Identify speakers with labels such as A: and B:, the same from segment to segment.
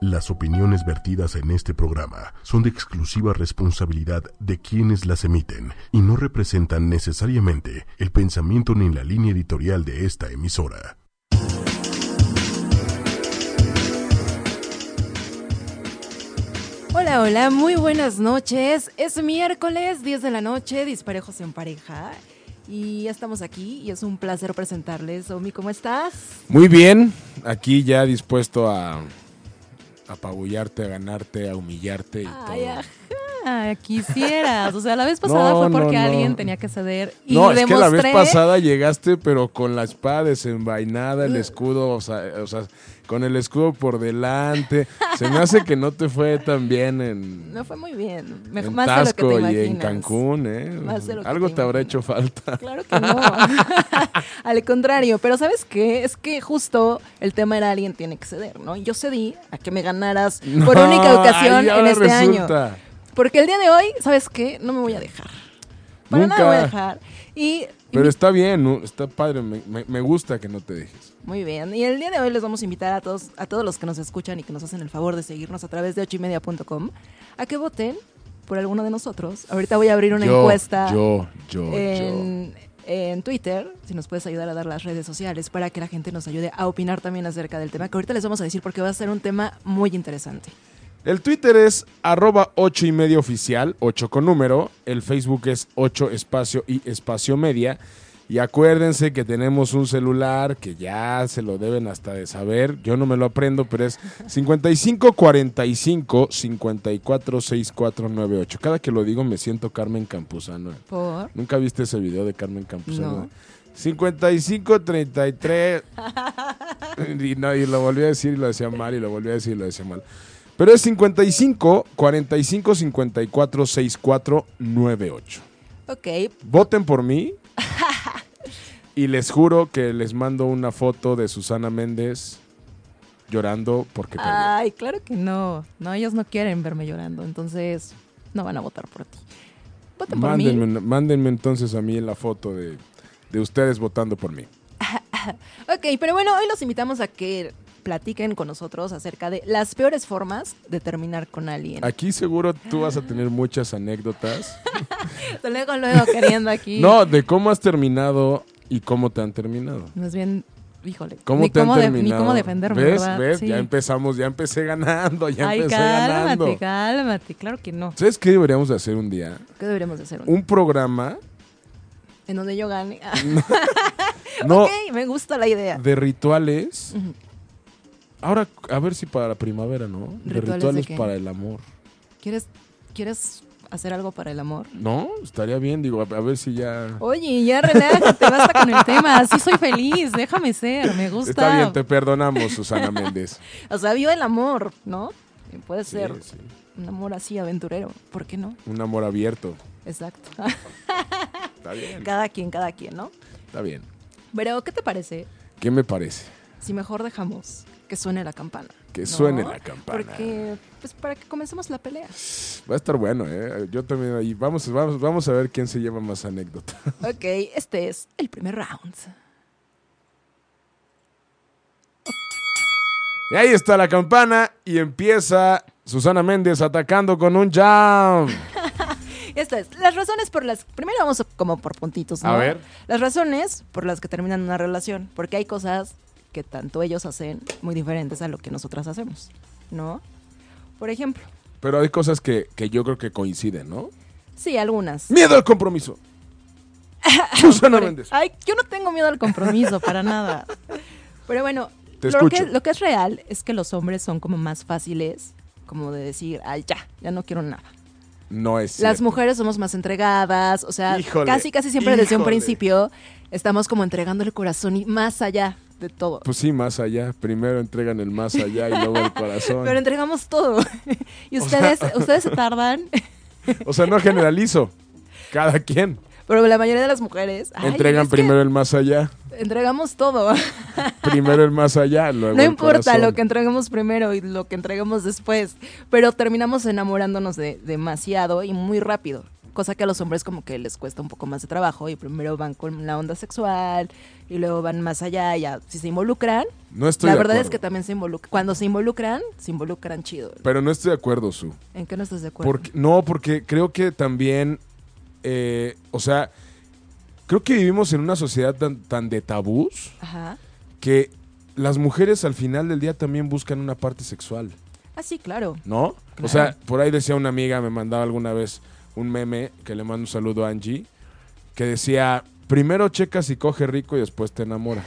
A: Las opiniones vertidas en este programa son de exclusiva responsabilidad de quienes las emiten y no representan necesariamente el pensamiento ni la línea editorial de esta emisora.
B: Hola, hola, muy buenas noches. Es miércoles, 10 de la noche, Disparejos en Pareja. Y ya estamos aquí y es un placer presentarles. Omi, ¿cómo estás?
C: Muy bien, aquí ya dispuesto a a apabullarte, a ganarte, a humillarte y
B: Ay,
C: todo.
B: ajá.
D: quisieras. O sea, la vez pasada
C: No,
D: fue
C: no,
D: porque
C: no.
D: alguien tenía que ceder y
C: no, es
D: demostré.
C: que la vez pasada llegaste, pero con la espada desenvainada, el escudo, o sea, o sea, con el escudo por delante. Se me hace que no te fue tan bien en,
B: No fue muy bien. Me-
C: en
B: más
C: Tasco
B: de lo que te
C: y en
B: imaginas.
C: Cancún, ¿eh?
B: Más de lo que
C: Algo
B: te
C: te habrá
B: imaginas.
C: hecho falta.
B: Claro que no. Al contrario, pero ¿sabes qué? Es que justo el tema era alguien tiene que ceder, ¿no? Y yo cedí a que me ganaras por
C: No,
B: única ocasión
C: ay,
B: en
C: ahora
B: este año.
C: resulta.
B: Porque el día de hoy, ¿sabes qué? No me voy a dejar. Para nada
C: Nunca.
B: me voy a dejar. Y, y
C: Pero está bien, ¿no? está padre, me, me- me gusta que no te dejes.
B: Muy bien. Y el día de hoy les vamos a invitar a todos, a todos los que nos escuchan y que nos hacen el favor de seguirnos a través de ochimedia.com a que voten por alguno de nosotros. Ahorita voy a abrir una
C: yo,
B: encuesta
C: Yo, yo, yo.
B: en, en Twitter, si nos puedes ayudar a dar las redes sociales para que la gente nos ayude a opinar también acerca del tema, que ahorita les vamos a decir porque va a ser un tema muy interesante.
C: El Twitter es arroba 8 y media oficial, 8 con número. El Facebook es 8 espacio y espacio media. Y acuérdense que tenemos un celular que ya se lo deben hasta de saber. Yo no me lo aprendo, pero es 5545 546498. Cada que lo digo me siento Carmen Campuzano.
B: Por
C: ¿Nunca viste ese video de Carmen Campuzano?
B: No.
C: 55-33. y, no, y lo volví a decir y lo decía mal, y lo volví a decir y lo decía mal. Pero es 55 45 54 64 98.
B: Ok,
C: Voten por mí. y les juro que les mando una foto de Susana Méndez llorando porque perdió.
B: ay, claro
D: Claro que no. No, ellos no quieren verme llorando. Entonces, no van a votar por ti.
B: voten por mí.
C: mándenme, mándenme entonces a mí la foto de, de ustedes votando por mí.
B: Ok, pero bueno, hoy los invitamos a que platiquen con nosotros acerca de las peores formas de terminar con alguien.
C: Aquí seguro tú vas a tener muchas anécdotas.
B: Luego, luego queriendo aquí.
C: No, de cómo has terminado y cómo te han terminado.
D: Más bien, híjole.
C: ¿Cómo
D: ni,
C: te
D: cómo
C: han
D: de- ni
C: terminado?
D: cómo defenderme,
C: ¿Ves?
D: ¿verdad?
C: ¿Ves?
D: Sí.
C: Ya empezamos, ya empecé ganando, ya
D: Ay,
C: empecé
D: cálmate,
C: ganando.
D: cálmate. Claro que no.
C: ¿Sabes qué deberíamos de hacer un día?
B: ¿Qué deberíamos de hacer? Un-
C: Un programa,
B: En donde yo gane. Ah,
C: no,
B: ok, me gusta la idea.
C: de rituales. Ahora, a ver si para la primavera, ¿no? De
B: ¿Rituales de
C: rituales
B: qué?
C: para el amor.
B: ¿Quieres, ¿Quieres hacer algo para el amor?
C: ¿No? Estaría bien, digo, a a ver si ya...
B: Oye, ya relájate, basta
D: Con el tema, así soy feliz. Déjame ser. Me gusta.
C: Está bien, te perdonamos, Susana Méndez.
B: O sea, vio el amor, ¿no? Y Puede
C: Sí,
B: ser
C: sí.
B: un amor así aventurero. ¿Por qué no?
C: Un amor abierto.
B: Exacto.
C: Está bien,
B: cada quien, cada quien, ¿no?
C: está bien.
B: Pero, ¿qué te parece
C: ¿Qué me parece?
B: si mejor dejamos que suene la campana.
C: Que suene la campana.
B: Porque, pues para que comencemos la pelea.
C: Va a estar bueno, ¿eh? Yo también ahí. Vamos, vamos, vamos a ver quién se lleva más anécdota.
B: ok, este es el primer round.
C: Y ahí está la campana y empieza Susana Méndez atacando con un jam.
B: Esto es, las razones por las... Primero vamos como por puntitos, ¿no?
C: A ver.
B: Las razones por las que terminan una relación. Porque hay cosas que tanto ellos hacen muy diferentes a lo que nosotras hacemos, ¿no? Por ejemplo,
C: Pero hay cosas que, que yo creo que coinciden, ¿no?
B: sí, algunas. e-
C: Miedo al compromiso. Susana Méndez.
B: Ay,
D: Yo no tengo miedo al compromiso, para nada.
B: Pero bueno,
C: Te
B: lo que,
C: escucho.
B: lo que es real es que los hombres son como más fáciles, como de decir, ay, ya, ya no quiero nada.
C: No es.
B: Las
C: cierto.
B: mujeres somos más entregadas, o sea,
C: Híjole,
B: casi casi siempre desde un
C: híjole.
B: principio estamos como entregando el corazón y más allá de todo.
C: Pues sí, más allá. Primero entregan el más allá y luego el corazón.
B: Pero entregamos todo. y ustedes, ustedes se tardan,
C: O sea, no generalizo. Cada quien.
B: pero la mayoría de las mujeres ay,
C: Entregan
B: es que
C: primero el más allá.
B: Entregamos todo.
C: Primero el más allá. Luego
B: no
C: el
B: importa
C: corazón.
B: lo que entregamos primero y lo que entregamos después, pero terminamos enamorándonos de demasiado y muy rápido.
E: Cosa que a los hombres como que les cuesta un poco más de trabajo y primero van con la onda sexual y luego van más allá y ya, si se involucran,
C: No estoy
E: la
C: de
E: verdad es
C: acuerdo.
E: que también se involucran, cuando se involucran, se involucran chido.
C: Pero no estoy de acuerdo, Su.
E: ¿En qué no estás de acuerdo?
C: Porque, no, porque creo que también, eh, o sea, creo que vivimos en una sociedad tan, tan de tabús
E: Ajá.
C: que las mujeres al final del día también buscan una parte sexual,
E: Ah, sí, claro.
C: ¿no? O sea, por ahí decía una amiga, me mandaba alguna vez un meme, que le mando un saludo a Angie, que decía, primero checas y coge rico y después te enamoras.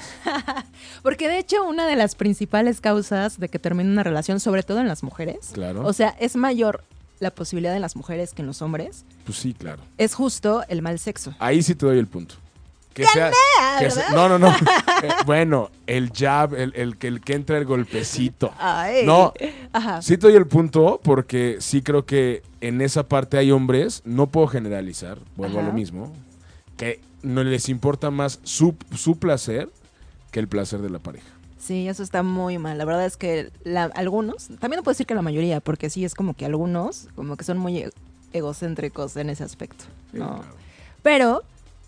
B: Porque de hecho una de las principales causas de que termine una relación, sobre todo en las mujeres,
C: Claro.
B: o sea, es mayor la posibilidad en las mujeres que en los hombres,
C: Pues sí, claro.
B: es justo el mal sexo.
C: Ahí sí te doy el punto. Que sea, que sea- no, no, no. Eh, bueno, el jab, el, el, que- el que entra el golpecito.
B: Ah,
E: Ay.
C: No,
E: Ajá.
C: sí te doy el punto porque sí creo que en esa parte hay hombres, no puedo generalizar, vuelvo a lo
E: Ajá.
C: mismo, que no les importa más su, su placer que el placer de la pareja.
E: Sí, eso está muy mal. La verdad es que la- algunos, también no puedo decir que la mayoría, porque sí es como que algunos, como que son muy e- egocéntricos en ese aspecto. No.
C: claro.
E: Pero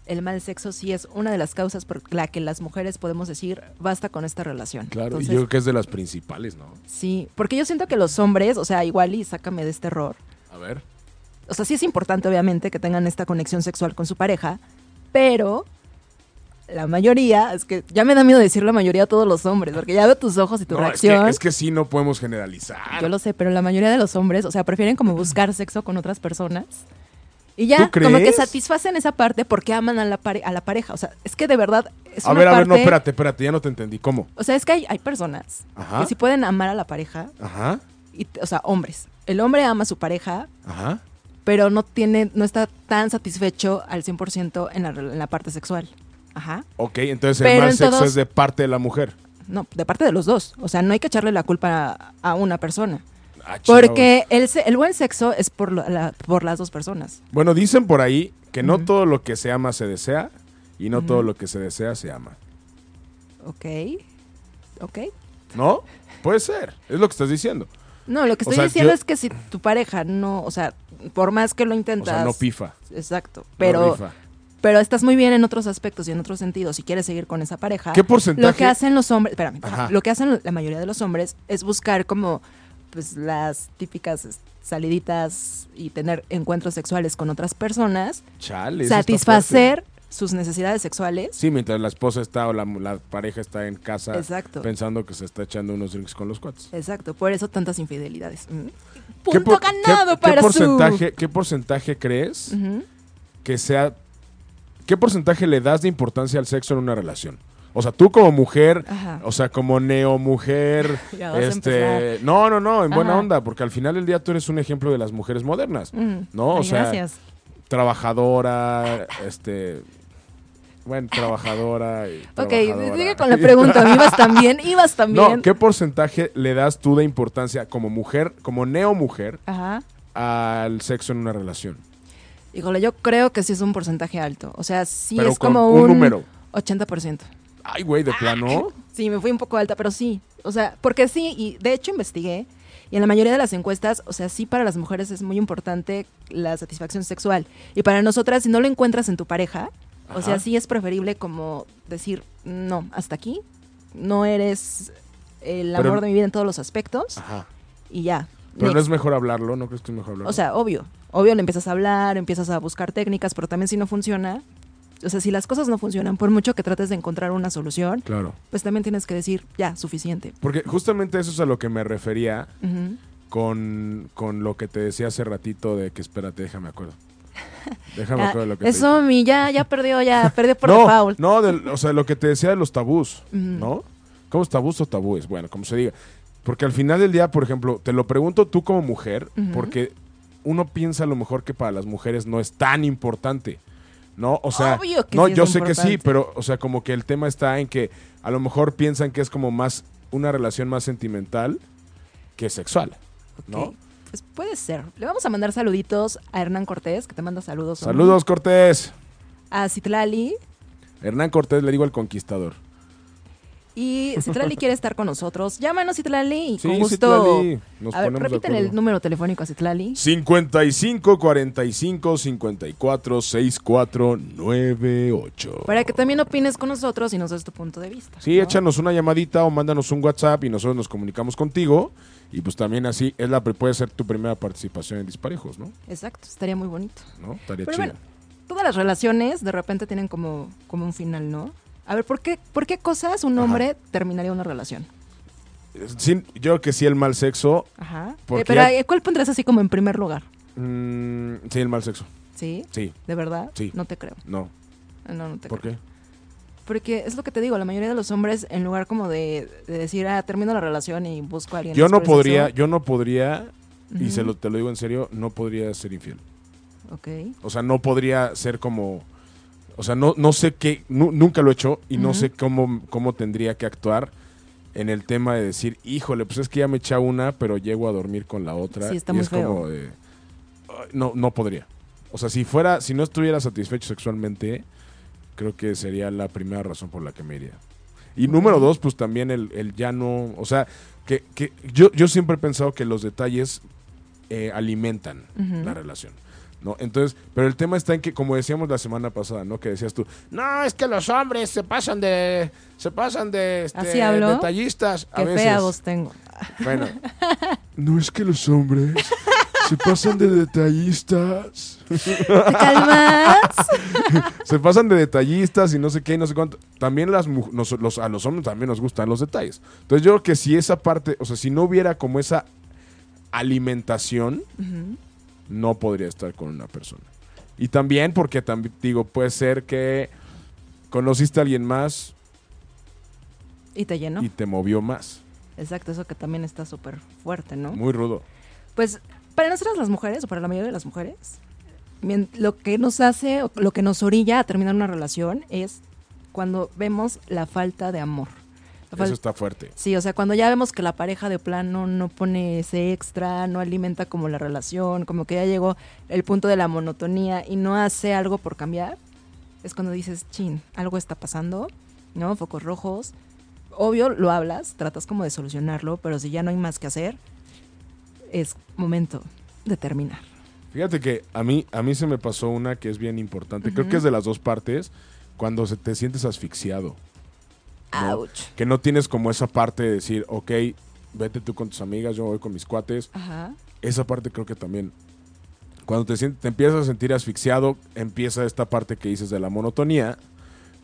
E: el mal sexo sí es una de las causas por la que las mujeres podemos decir basta con esta relación.
C: Claro,
E: Entonces,
C: y yo creo que es de las principales, ¿no?
E: Sí, porque yo siento que los hombres, o sea, igual y sácame de este error.
C: A ver.
E: O sea, sí es importante, obviamente, que tengan esta conexión sexual con su pareja, pero la mayoría, es que ya me da miedo decir la mayoría a todos los hombres, porque ya veo tus ojos y tu
C: No, es que,
E: reacción.
C: es que sí no podemos generalizar.
B: Yo lo sé, pero la mayoría de los hombres, o sea, prefieren como buscar sexo con otras personas. Y ya,
C: ¿Tú
B: como que
C: crees?
B: satisfacen esa parte porque aman a la, pare- a la pareja. O sea, es que de verdad es
C: a
B: una
C: ver, a
B: parte...
C: ver, no, espérate, espérate, ya no te entendí. ¿Cómo?
B: O sea, es que hay, hay personas
C: Ajá.
B: que sí pueden amar a la pareja,
C: Ajá,
B: y, t- o sea, hombres. El hombre ama a su pareja,
C: ajá.
B: pero no tiene, no está tan satisfecho al 100% en la, re- en la parte sexual. Ajá.
C: Ok, entonces el
B: Pero
C: mal
B: en
C: sexo
B: todos-
C: es de parte de la mujer.
B: No, de parte de los dos. O sea, no hay que echarle la culpa a, a una persona.
C: Ah, chingado.
B: Porque el, se- el buen sexo es por, lo- la- por las dos personas.
C: Bueno, dicen por ahí que no todo lo que se ama se desea y no todo lo que se desea se ama.
B: Ok. Ok.
C: ¿No? Puede ser. Es lo que estás diciendo.
B: No, lo que
C: O
B: estoy
C: sea,
B: diciendo
C: yo-
B: es que si tu pareja no, o sea, por más que lo
C: O
B: intentas.
C: sea, no pifa.
B: Exacto.
C: no
B: Pero,
C: rifa.
B: pero estás muy bien en otros aspectos y en otros sentidos. Si quieres seguir con esa pareja.
C: ¿Qué porcentaje?
B: Lo que hacen los hombres. Espérame.
C: Ajá.
B: Lo que hacen la mayoría de los hombres es buscar como pues las típicas es- saliditas y tener encuentros sexuales con otras personas.
C: Chale, eso está
B: satisfacer
C: fuerte.
B: sus necesidades sexuales.
C: Sí, mientras la esposa está o la, la pareja está en casa
B: Exacto.
C: pensando que se está echando unos drinks con los cuates.
B: Exacto. Por eso tantas infidelidades. Mm.
C: ¿Qué
B: Punto
C: por- qué-
B: ganado
C: qué
B: para su-
C: porcentaje, ¿Qué porcentaje crees
B: Ujú.
C: que sea... ¿Qué porcentaje le das de importancia al sexo en una relación? O sea, tú como mujer,
B: Ajá.
C: o sea, como neomujer,
B: Ya vas a
C: este, no, no, no, en buena
B: Ajá.
C: onda, porque al final del día tú eres un ejemplo de las mujeres modernas,
B: Mm.
C: ¿no? O
B: Ay,
C: sea,
B: gracias.
C: trabajadora, este, bueno, trabajadora. y
E: Ok,
C: trabajadora.
E: sigue con la pregunta, ibas también, ibas también.
C: No, ¿qué porcentaje le das tú de importancia como mujer, como neomujer,
B: Ajá.
C: al sexo en una relación?
B: Híjole, yo creo que sí es un porcentaje alto. O sea, sí
C: Pero
B: es
C: con
B: como
C: un
B: un,
C: número.
B: 80%.
C: Ay, güey, de plano.
B: Sí, me fui un poco alta, pero sí. O sea, porque sí, y de hecho investigué. Y en la mayoría de las encuestas, o sea, sí para las mujeres es muy importante la satisfacción sexual. Y para nosotras, si no lo encuentras en tu pareja, o sea,
C: Ajá.
B: sí es preferible como decir, no, hasta aquí, no eres el
C: Pero-
B: amor de mi vida en todos los aspectos,
C: Ajá.
B: y ya.
C: Pero no
B: next.
C: es mejor hablarlo, ¿no crees que es mejor hablarlo?
B: O sea, obvio, obvio le empiezas a hablar, empiezas a buscar técnicas, pero también si no funciona, o sea, si las cosas no funcionan, por mucho que trates de encontrar una solución,
C: claro.
B: pues también tienes que decir, ya, suficiente.
C: Porque justamente eso es a lo que me refería
B: Ujú.
C: con, con lo que te decía hace ratito de que espérate, déjame acuerdo. Déjame
B: Ah,
C: acuerdo de lo que te
B: eso, mi, ya, ya perdió, ya, perdió por
C: no,
B: default.
C: No, del- o sea, lo que te decía de los tabús,
B: Ujú.
C: ¿no? ¿Cómo es tabús o tabúes? Bueno, como se diga. Porque al final del día, por ejemplo, te lo pregunto tú como mujer,
B: Ujú.
C: porque uno piensa a lo mejor que para las mujeres no es tan importante. ¿No? O sea,
B: Obvio que
C: no,
B: sí es
C: yo sé que sí,
B: importante.
C: pero, o sea, como que el tema está en que a lo mejor piensan que es como más una relación más sentimental que sexual. ¿No?
B: Ok. Pues puede ser. Le vamos a mandar saluditos a Hernán Cortés, que te manda saludos. hombre.
C: Saludos, Cortés.
B: A Citlali.
C: Hernán Cortés, le digo el conquistador.
B: Y si Citlali quiere estar con nosotros, llámanos Citlali y
C: Sí,
B: con gusto.
C: Citlali, nos
B: a ver,
C: ponemos de
B: repítele el
C: acuerdo.
B: número telefónico a Citlali.
C: 55 45 54 64 98.
B: Para que también opines con nosotros y nos des tu punto de vista.
C: Sí,
B: ¿no?
C: échanos una llamadita o mándanos un WhatsApp y nosotros nos comunicamos contigo. Y pues también así es la puede ser tu primera participación en Disparejos, ¿no?
B: Exacto, estaría muy bonito.
C: ¿No? Estaría
B: Pero
C: chido.
B: bueno, todas las relaciones de repente tienen como, como un final, ¿no? A ver, ¿por qué, ¿por qué cosas un
C: Ajá.
B: hombre terminaría una relación?
C: Sí, Eh, yo creo que sí el mal sexo.
B: Ajá.
C: Porque
B: Eh, pero
C: ya-
B: eh, ¿cuál pondrás así como en primer lugar?
C: mm, sí, el mal sexo.
B: ¿Sí?
C: Sí,
B: ¿De verdad?
C: Sí.
B: No te creo.
C: no.
B: No, no te
C: ¿Por
B: creo.
C: qué?
B: Porque es lo que te digo, la mayoría de los hombres, en lugar como de, de decir, ah, termino la relación y busco a alguien.
C: Yo
B: más
C: no
B: por el
C: podría,
B: sexo",
C: yo no podría, y se lo, te lo digo en serio, no podría ser infiel.
B: Ok.
C: O sea, no podría ser como. O sea, no, no sé qué. nu- nunca lo he hecho y no
B: Ujú.
C: sé cómo, cómo tendría que actuar en el tema de decir, híjole, pues es que ya me echa una, pero llego a dormir con la otra.
B: Sí, está
C: y
B: muy
C: es como de. "Ay, No, no podría. O sea, si fuera, si no estuviera satisfecho sexualmente, creo que sería la primera razón por la que me iría. Y número dos, pues también el, el ya no. O sea, que, que yo, yo siempre he pensado que los detalles eh, alimentan
B: Ujú.
C: la relación. ¿No? Entonces, pero el tema está en que, como decíamos la semana pasada, ¿no? Que decías tú, no, es que los hombres se pasan de. se pasan de este,
B: ¿Así habló?
C: detallistas. a
B: Qué
C: veces.
B: fea voz tengo.
C: Bueno. No es que los hombres se pasan de detallistas.
B: ¿Te calmas?
C: se pasan de detallistas y no sé qué y no sé cuánto. También las mu- nos- los, a los hombres también nos gustan los detalles. Entonces yo creo que si esa parte, o sea, si no hubiera como esa alimentación, no podría estar con una persona. Y también porque también digo, puede ser que conociste a alguien más
B: y te lleno.
C: y te movió más.
B: Exacto, eso que también está súper fuerte, ¿no?
C: Muy rudo.
B: Pues para nosotras las mujeres, o para la mayoría de las mujeres, mien- lo que nos hace, o lo que nos orilla a terminar una relación es cuando vemos la falta de amor. La fal-
C: Eso está fuerte.
B: Sí, o sea, cuando ya vemos que la pareja de plano no pone ese extra, no alimenta como la relación, como que ya llegó el punto de la monotonía y no hace algo por cambiar, es cuando dices, chin, algo está pasando, ¿no? Focos rojos. Obvio, lo hablas, tratas como de solucionarlo, pero si ya no hay más que hacer, es momento de terminar.
C: Fíjate que a mí, a mí se me pasó una que es bien importante. Creo que es de las dos partes. Cuando se te sientes asfixiado.
B: Ouch.
C: que no tienes como esa parte de decir, ok, vete tú con tus amigas, yo voy con mis cuates.
B: Ajá.
C: Esa parte creo que también. Cuando te, sientes, te empiezas a sentir asfixiado, empieza esta parte que dices de la monotonía,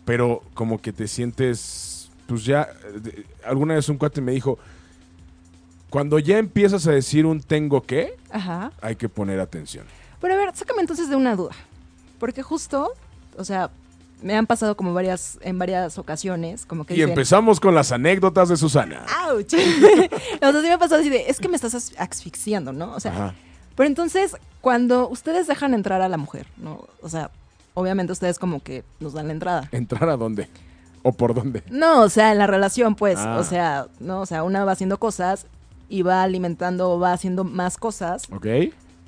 C: pero como que te sientes, pues ya, eh, de- alguna vez un cuate me dijo, cuando ya empiezas a decir un tengo que,
B: Ajá.
C: hay que poner atención.
B: Pero a ver, sácame entonces de una duda. Porque justo, o sea, me han pasado como varias, en varias ocasiones, como que
C: Y
B: dicen,
C: empezamos con las anécdotas de Susana.
B: ¡Auch! o sea, sí me ha pasado así de, es que me estás as- asfixiando, ¿no? O sea,
C: Ajá.
B: pero entonces, cuando ustedes dejan entrar a la mujer, ¿no? O sea, obviamente ustedes como que nos dan la entrada.
C: ¿Entrar a dónde? ¿O por dónde?
B: No, o sea, en la relación, pues,
C: Ah.
B: o sea, ¿no? O sea, una va haciendo cosas y va alimentando o va haciendo más cosas
C: ¿Ok?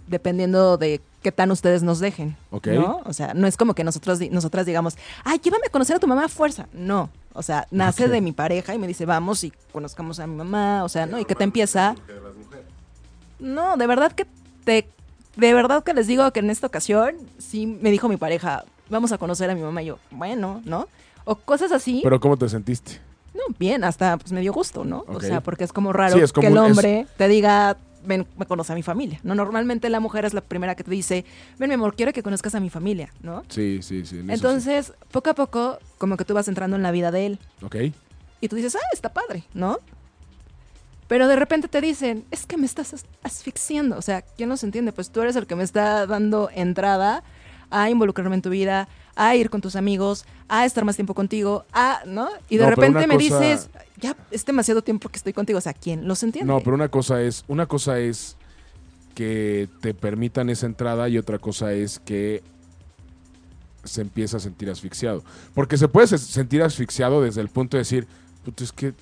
B: dependiendo de qué tan ustedes nos dejen.
C: Ok.
B: ¿no? O sea, no es como que nosotros, di- nosotras digamos, ay, llévame a conocer a tu mamá a fuerza. No. O sea, nace
C: Ok.
B: de mi pareja y me dice, vamos y conozcamos a mi mamá. O sea, ¿no? Y que te empieza. No, de verdad que te. De verdad que les digo que en esta ocasión sí me dijo mi pareja, vamos a conocer a mi mamá. Y yo, bueno, ¿no? O cosas así.
C: ¿Pero cómo te sentiste?
B: No, bien, hasta pues me dio gusto, ¿no?
C: Ok.
B: O sea, porque es como raro
C: Sí, es como
B: que el
C: un- es-
B: hombre te diga, ven, me conoce a mi familia. No, normalmente la mujer es la primera que te dice, ven, mi amor, quiero que conozcas a mi familia, ¿no?
C: Sí, sí, sí. en eso sí.
B: Entonces, poco a poco, como que tú vas entrando en la vida de él
C: Ok.
B: y tú dices, ah, está padre, ¿no? Pero de repente te dicen, es que me estás as- asfixiando. O sea, ¿quién nos entiende? Pues tú eres el que me está dando entrada a involucrarme en tu vida, a ir con tus amigos, a estar más tiempo contigo, a, ¿no? Y de
C: No, pero
B: repente
C: una
B: me
C: cosa-
B: dices, ya es demasiado tiempo que estoy contigo. O sea, ¿quién los entiende?
C: No, pero una cosa es, una cosa es que te permitan esa entrada y otra cosa es que se empieza a sentir asfixiado. Porque se puede se- sentir asfixiado desde el punto de decir, puto, es que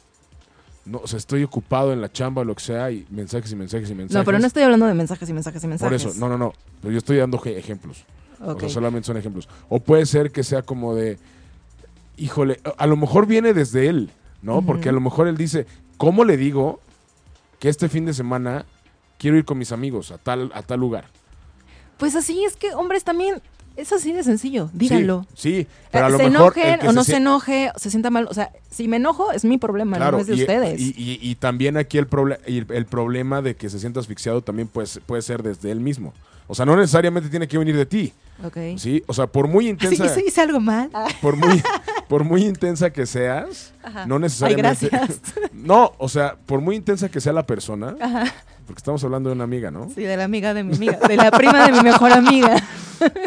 C: no, o sea, estoy ocupado en la chamba o lo que sea y mensajes y mensajes y mensajes.
B: No, pero no estoy hablando de mensajes y mensajes y
C: Por
B: mensajes.
C: eso, no, no, no. Pero yo estoy dando ge- ejemplos.
B: Ok.
C: O sea, solamente son ejemplos. O puede ser que sea como de, híjole, a- a lo mejor viene desde él. ¿no? Porque a lo mejor él dice, ¿cómo le digo que este fin de semana quiero ir con mis amigos a tal, a tal lugar?
B: Pues así es que, hombres, también es así de sencillo. Díganlo.
C: Sí, sí, pero a
B: Eh,
C: lo
B: se
C: mejor. el
B: enojen
C: que
B: o no se,
C: sie-
B: enoje, se sienta mal. O sea, si me enojo es mi problema, no es de
C: y,
B: ustedes.
C: Y, y- y también aquí el, proble- y el, el problema de que se sienta asfixiado también puede, ser- puede ser desde él mismo. O sea, no necesariamente tiene que venir de ti,
B: ok. Ah,
C: ¿sí? O sea, por muy
B: Sí,
C: intensa,
B: sí, hice algo mal.
C: por muy, por muy intensa que seas,
B: Ajá.
C: no necesariamente...
B: Ay, gracias.
C: no, o sea, por muy intensa que sea la persona,
B: Ajá.
C: porque estamos hablando de una amiga, ¿no?
B: Sí, de la amiga de mi amiga, de la prima de mi mejor amiga.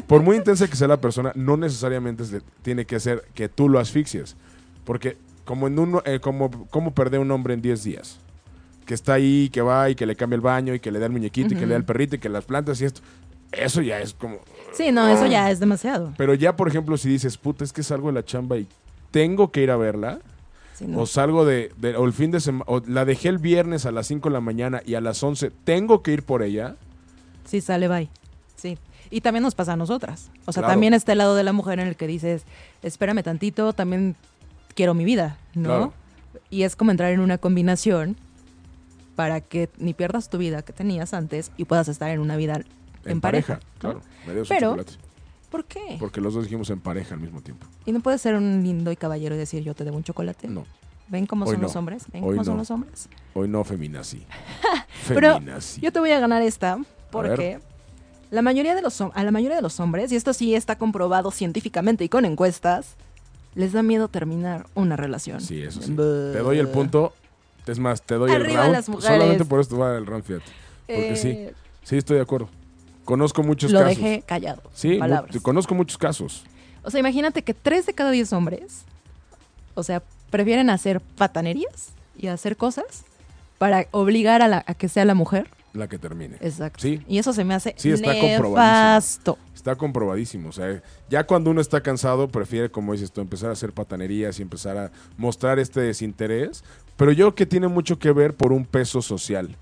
C: Por muy intensa que sea la persona, no necesariamente se- tiene que ser que tú lo asfixies. Porque como en un, eh, como, como perder un hombre en 10 días. Que está ahí, que va y que le cambia el baño y que le da el muñequito y que le da el perrito y que las plantas y esto. Eso ya es como...
B: Sí, no, eso ya es demasiado.
C: Pero ya, por ejemplo, si dices, puta, es que salgo de la chamba y tengo que ir a verla.
B: Sí, no.
C: O salgo de, de- o el fin de semana, o la dejé el viernes a las 5 de la mañana y a las 11 tengo que ir por ella.
B: Sí, sale, bye. Sí. Y también nos pasa a nosotras. O sea,
C: Claro.
B: también está el lado de la mujer en el que dices, espérame tantito, también quiero mi vida, ¿no?
C: Claro.
B: Y es como entrar en una combinación para que ni pierdas tu vida que tenías antes y puedas estar en una vida en, pareja. ¿no?
C: Claro, me dio su
B: Pero- eh.
C: chocolate.
B: ¿Por qué?
C: Porque los dos dijimos en pareja al mismo tiempo.
B: Y no puedes ser un lindo y caballero y decir, yo te debo un chocolate.
C: No.
B: ¿Ven cómo
C: Hoy
B: son
C: no.
B: los hombres? ¿Ven
C: Hoy
B: cómo
C: no.
B: son los hombres?
C: Hoy no, feminazi.
B: Pero
C: feminazi.
B: Yo te voy a ganar esta
C: ver.
B: porque la mayoría de los hom- a la mayoría de los hombres, y esto sí está comprobado científicamente y con encuestas, les da miedo terminar una relación.
C: Sí, eso sí.
B: Buh.
C: Te doy el punto. Es más, te doy el
B: Arriba
C: round.
B: las mujeres.
C: Solamente por esto va el round, fíjate. Porque
B: Eh,
C: sí, sí, estoy de acuerdo. Conozco muchos
B: Lo
C: casos.
B: dejé callado.
C: Sí,
B: sin palabras.
C: mu- conozco muchos casos.
B: O sea, imagínate que tres de cada diez hombres, o sea, prefieren hacer patanerías y hacer cosas para obligar a, la, a que sea la mujer.
C: La que termine.
B: Exacto.
C: Sí.
B: Y eso se me hace
C: Sí, está comprobadísimo.
B: nefasto.
C: Está comprobadísimo. O sea, ya cuando uno está cansado, prefiere, como dices tú, empezar a hacer patanerías y empezar a mostrar este desinterés. Pero yo creo que tiene mucho que ver por un peso social.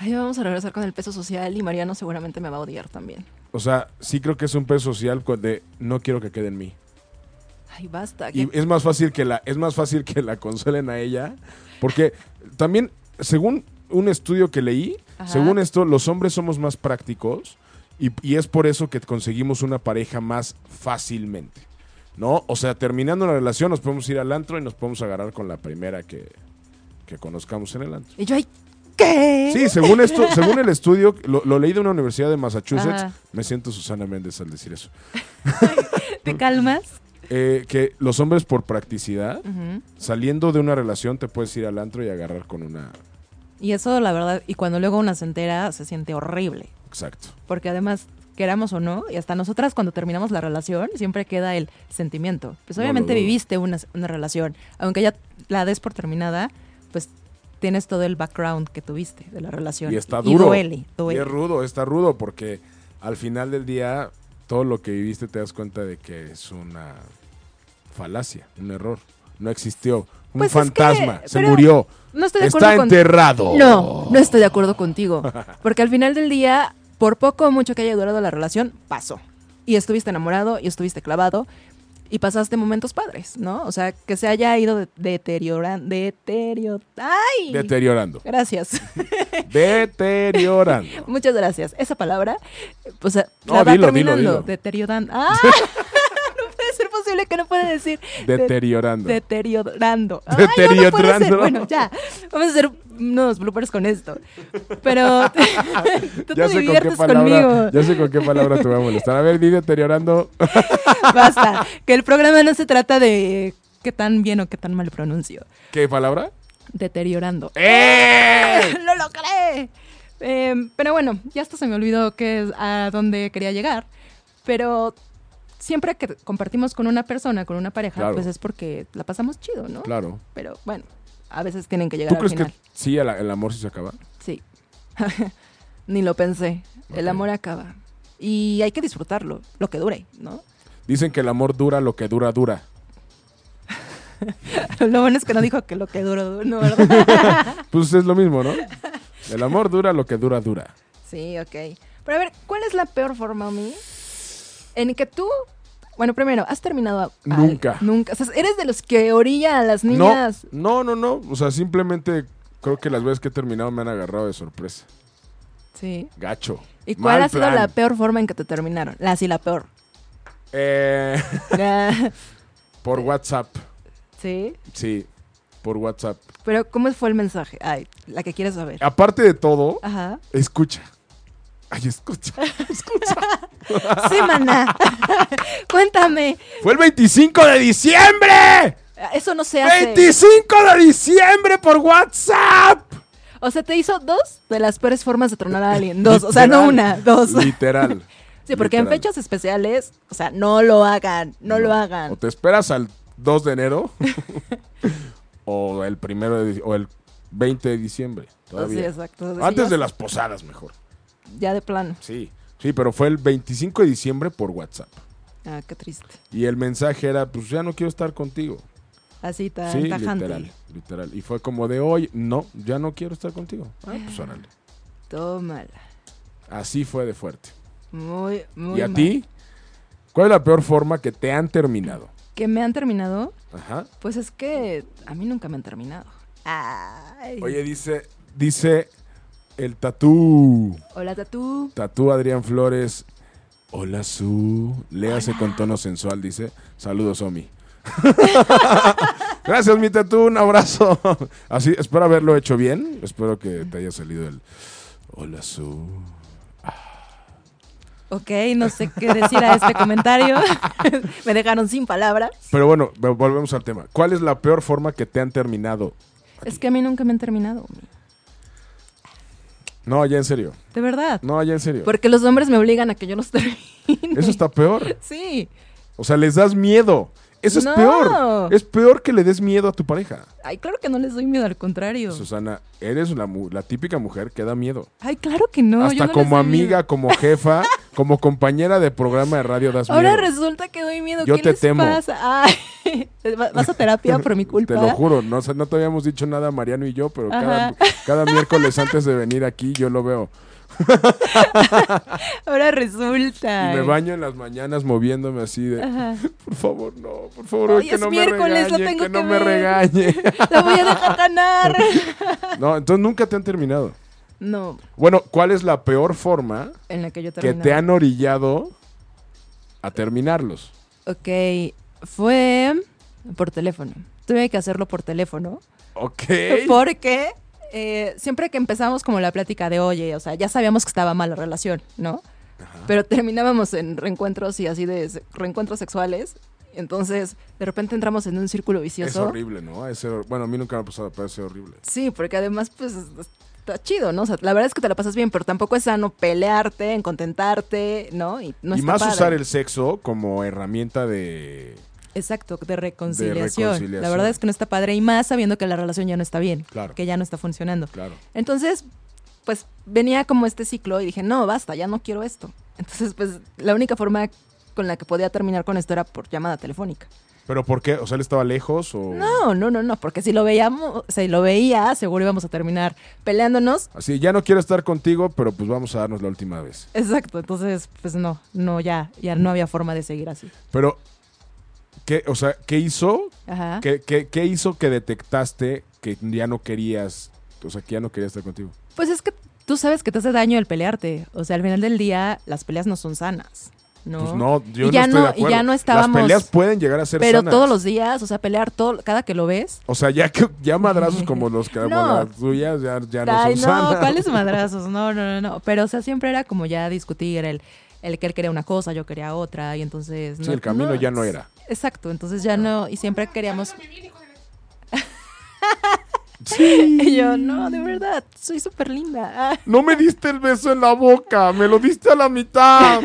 B: Ahí vamos a regresar con el peso social y Mariano seguramente me va a odiar también.
C: O sea, sí creo que es un peso social cu- de no quiero que quede en mí.
B: Ay, basta.
C: Y
B: que-
C: es más fácil que la, es más fácil que la consuelen a ella. Porque también, según un estudio que leí,
B: Ajá.
C: según esto, los hombres somos más prácticos y, y es por eso que conseguimos una pareja más fácilmente. ¿No? O sea, terminando la relación, nos podemos ir al antro y nos podemos agarrar con la primera que, que conozcamos en el antro.
B: Y yo, ay, ¿qué?
C: Sí, según esto, según el estudio, lo, lo leí de una universidad de Massachusetts,
B: Ajá.
C: me siento Susana Méndez al decir eso.
B: ¿Te calmas?
C: eh, que los hombres por practicidad saliendo de una relación te puedes ir al antro y agarrar con una.
B: Y eso, la verdad, y cuando luego una se entera, se siente horrible.
C: Exacto.
B: Porque además, queramos o no, y hasta nosotras cuando terminamos la relación, siempre queda el sentimiento. Pues
C: No lo
B: obviamente
C: dudo.
B: viviste una, una relación. Aunque ya la des por terminada, pues tienes todo el background que tuviste de la relación.
C: Y está duro.
B: duele, duele.
C: Y es rudo, está rudo porque al final del día todo lo que viviste te das cuenta de que es una falacia, un error. No existió. Un
B: Pues es
C: fantasma.
B: que-
C: se
B: pero
C: murió.
B: No estoy de
C: Está
B: acuerdo con-
C: enterrado.
B: No, no estoy de acuerdo contigo. Porque al final del día, por poco o mucho que haya durado la relación, pasó. Y estuviste enamorado y estuviste clavado y pasaste momentos padres, ¿no? O sea, que se haya ido deteriorando. Deterior... ¡Ay!
C: Deteriorando.
B: gracias.
C: Deteriorando.
B: Muchas gracias. Esa palabra, pues la
C: No,
B: va
C: dilo, dilo,
B: terminando.
C: dilo.
B: Deteriorando. ¡Ah! no puede ser posible que no pueda decir. de-
C: Deteriorando.
B: Deteriorando. Ay, no, no puede ser.
C: Deteriorando.
B: Bueno, ya. Vamos a hacer unos bloopers con esto. Pero tú
C: Ya
B: te
C: sé, con qué
B: diviertes
C: palabra,
B: conmigo.
C: ya sé con qué palabra te voy a molestar. A ver, di deteriorando.
B: Basta. Que el programa no se trata de qué tan bien o qué tan mal pronuncio.
C: ¿Qué palabra?
B: Deteriorando.
C: ¡Eh!
B: ¡Lo logré! Em, pero bueno, ya hasta se me olvidó que es a dónde quería llegar. Pero siempre que compartimos con una persona, con una pareja,
C: Claro.
B: pues es porque la pasamos chido, ¿no?
C: Claro.
B: Pero bueno, a veces tienen que llegar
C: ¿Tú
B: al
C: crees
B: final.
C: que sí, el, el amor sí se acaba?
B: Sí. Ni lo pensé. El
C: Ok.
B: amor acaba. Y hay que disfrutarlo, lo que dure, ¿no?
C: Dicen que el amor dura lo que dura, dura.
B: Lo bueno es que no dijo que lo que duro, ¿no? ¿Verdad?
C: Pues es lo mismo, ¿no? El amor dura lo que dura, dura.
B: sí, ok. Pero a ver, ¿cuál es la peor forma, mí En que tú Bueno, primero, ¿has terminado? al-
C: Nunca.
B: nunca. O sea, eres de los que orilla a las niñas.
C: No, no, no, no. O sea, simplemente creo que las veces que he terminado me han agarrado de sorpresa.
B: Sí.
C: Gacho.
B: ¿Y cuál
C: Mal
B: ha sido
C: plan.
B: la peor forma en que te terminaron? La sí, la peor.
C: Eh,
B: Ya,
C: por WhatsApp.
B: sí.
C: Sí, por WhatsApp.
B: Pero, ¿cómo fue el mensaje? Ay, la que quieres saber.
C: Aparte de todo,
B: Ajá.
C: escucha. Ay, escucha.
B: Sí, maná. Cuéntame.
C: Fue el 25 de diciembre.
B: Eso no se hace.
C: ¡25 de diciembre por WhatsApp!
B: O sea, te hizo dos de las peores formas de tronar a alguien. Dos. O sea, no una, dos.
C: Literal.
B: Sí, porque en
C: Literal.
B: fechas especiales, o sea, no lo hagan, no, lo
C: O
B: hagan.
C: te esperas al 2 de enero o el primero de, dic- o el 20 de diciembre.
B: Sí,
C: Todavía.
B: exacto. Sí,
C: Antes
B: ya-
C: de las posadas, mejor.
B: Ya de plano.
C: Sí. Sí, pero fue el 25 de diciembre por WhatsApp.
B: Ah, qué triste.
C: Y el mensaje era, pues ya no quiero estar contigo.
B: Así tan
C: sí,
B: Ah, tajante.
C: literal, literal. Y fue como de hoy, no, ya no quiero estar contigo. Ah, pues órale.
B: Tómala.
C: Así fue de fuerte.
B: Muy, muy
C: ¿Y a
B: mal.
C: ti? ¿Cuál es la peor forma que te han terminado?
B: ¿Que me han terminado?
C: Ajá.
B: Pues es que a mí nunca me han terminado. Ay.
C: Oye, dice, dice el tatú.
B: Hola, Tatú.
C: Tatú Adrián Flores. Hola, Su. Léase con tono sensual, dice. Saludos, Omi. Gracias, mi tatú. Un abrazo. Así, espero haberlo hecho bien. Espero que te haya salido el. Hola, Su.
B: Ok, no sé qué decir a este comentario. me dejaron sin palabras.
C: Pero bueno, vo- volvemos al tema. ¿Cuál es la peor forma que te han terminado?
B: Es que a mí nunca me han terminado.
C: No, ya en serio.
B: De verdad.
C: No, ya en serio.
B: Porque los hombres me obligan a que yo los termine.
C: Eso está peor.
B: Sí.
C: O sea, les das miedo. Eso es
B: No.
C: peor. Es peor que le des miedo a tu pareja.
B: Ay, claro que no les doy miedo, al contrario.
C: Susana, eres la, mu- la típica mujer que da miedo.
B: Ay, claro que no. yo
C: Hasta
B: no les
C: como
B: doy miedo.
C: amiga, como jefa, como compañera de programa de radio das miedo.
B: Ahora resulta que doy miedo.
C: Yo
B: ¿Qué
C: te
B: les
C: temo.
B: pasa? Ay, ¿va- ¿Vas a terapia por mi culpa?
C: Te lo juro, no, sé- no te habíamos dicho nada Mariano y yo, pero cada,
B: Ajá.
C: cada miércoles antes de venir aquí yo lo veo.
B: Ahora resulta.
C: Y me baño en las mañanas moviéndome así de,
B: Ajá.
C: por favor, no, por favor,
B: Ay,
C: que
B: es
C: no me
B: miércoles, lo
C: regañe,
B: tengo
C: que no
B: que
C: me
B: ver.
C: regañe.
B: La voy a dejar ganar.
C: No, entonces nunca te han terminado.
B: No,
C: Bueno, ¿cuál es la peor forma
B: en la que yo
C: que
B: terminé.
C: te han orillado a terminarlos?
B: Ok, fue por teléfono. Tuve que hacerlo por teléfono.
C: Ok.
B: Porque eh, siempre que empezamos como la plática de, oye, o sea, ya sabíamos que estaba mal la relación, ¿no? Pero terminábamos en reencuentros y así de se- reencuentros sexuales. Entonces, de repente entramos en un círculo vicioso.
C: Es horrible, ¿no? Es hor- bueno, a mí nunca me ha pasado, pero es horrible.
B: Sí, porque además, pues, está chido, ¿no? O sea, la verdad es que te la pasas bien, pero tampoco es sano pelearte, en contentarte, ¿no? Y, no
C: y
B: está
C: más
B: padre.
C: usar el sexo como herramienta de...
B: Exacto, de reconciliación.
C: reconciliación.
B: La verdad es que no está padre y más sabiendo que la relación ya no está bien,
C: Claro.
B: que ya no está funcionando.
C: Claro.
B: Entonces, pues venía como este ciclo y dije, no, basta, ya no quiero esto. Entonces, pues la única forma con la que podía terminar con esto era por llamada telefónica.
C: ¿Pero por qué? O sea, él estaba lejos o...
B: No, no, no, no, porque si lo veíamos, si lo veía, seguro íbamos a terminar peleándonos.
C: Así, ya no quiero estar contigo, pero pues vamos a darnos la última vez.
B: Exacto, entonces, pues no, no, ya, ya no había forma de seguir así.
C: Pero, ¿qué, o sea, ¿qué hizo?
B: Ajá.
C: ¿Qué, qué, qué hizo que detectaste que ya no querías, o sea, que ya no querías estar contigo?
B: Pues es que tú sabes que te hace daño el pelearte. O sea, al final del día, las peleas no son sanas. No.
C: Pues no, yo
B: Y
C: no
B: ya no-
C: estoy
B: y
C: de
B: ya
C: acuerdo.
B: no estábamos-
C: Las peleas pueden llegar a ser
B: Pero
C: sanas.
B: todos los días, o sea, pelear todo, cada que lo ves.
C: O sea, ya, que- ya madrazos como los que como
B: No.
C: las tuyas ya, ya no
B: Ay,
C: son
B: no,
C: sanas.
B: ¿cuáles madrazos? No, no, no, no. Pero, o sea, siempre era como ya discutir el, el que él quería una cosa, yo quería otra, y entonces.
C: Sí, el camino ya no era.
B: Exacto, entonces ya no, y siempre queríamos. Y yo, no, de verdad, soy súper linda. Ah.
C: No me diste el beso en la boca, me lo diste a la mitad.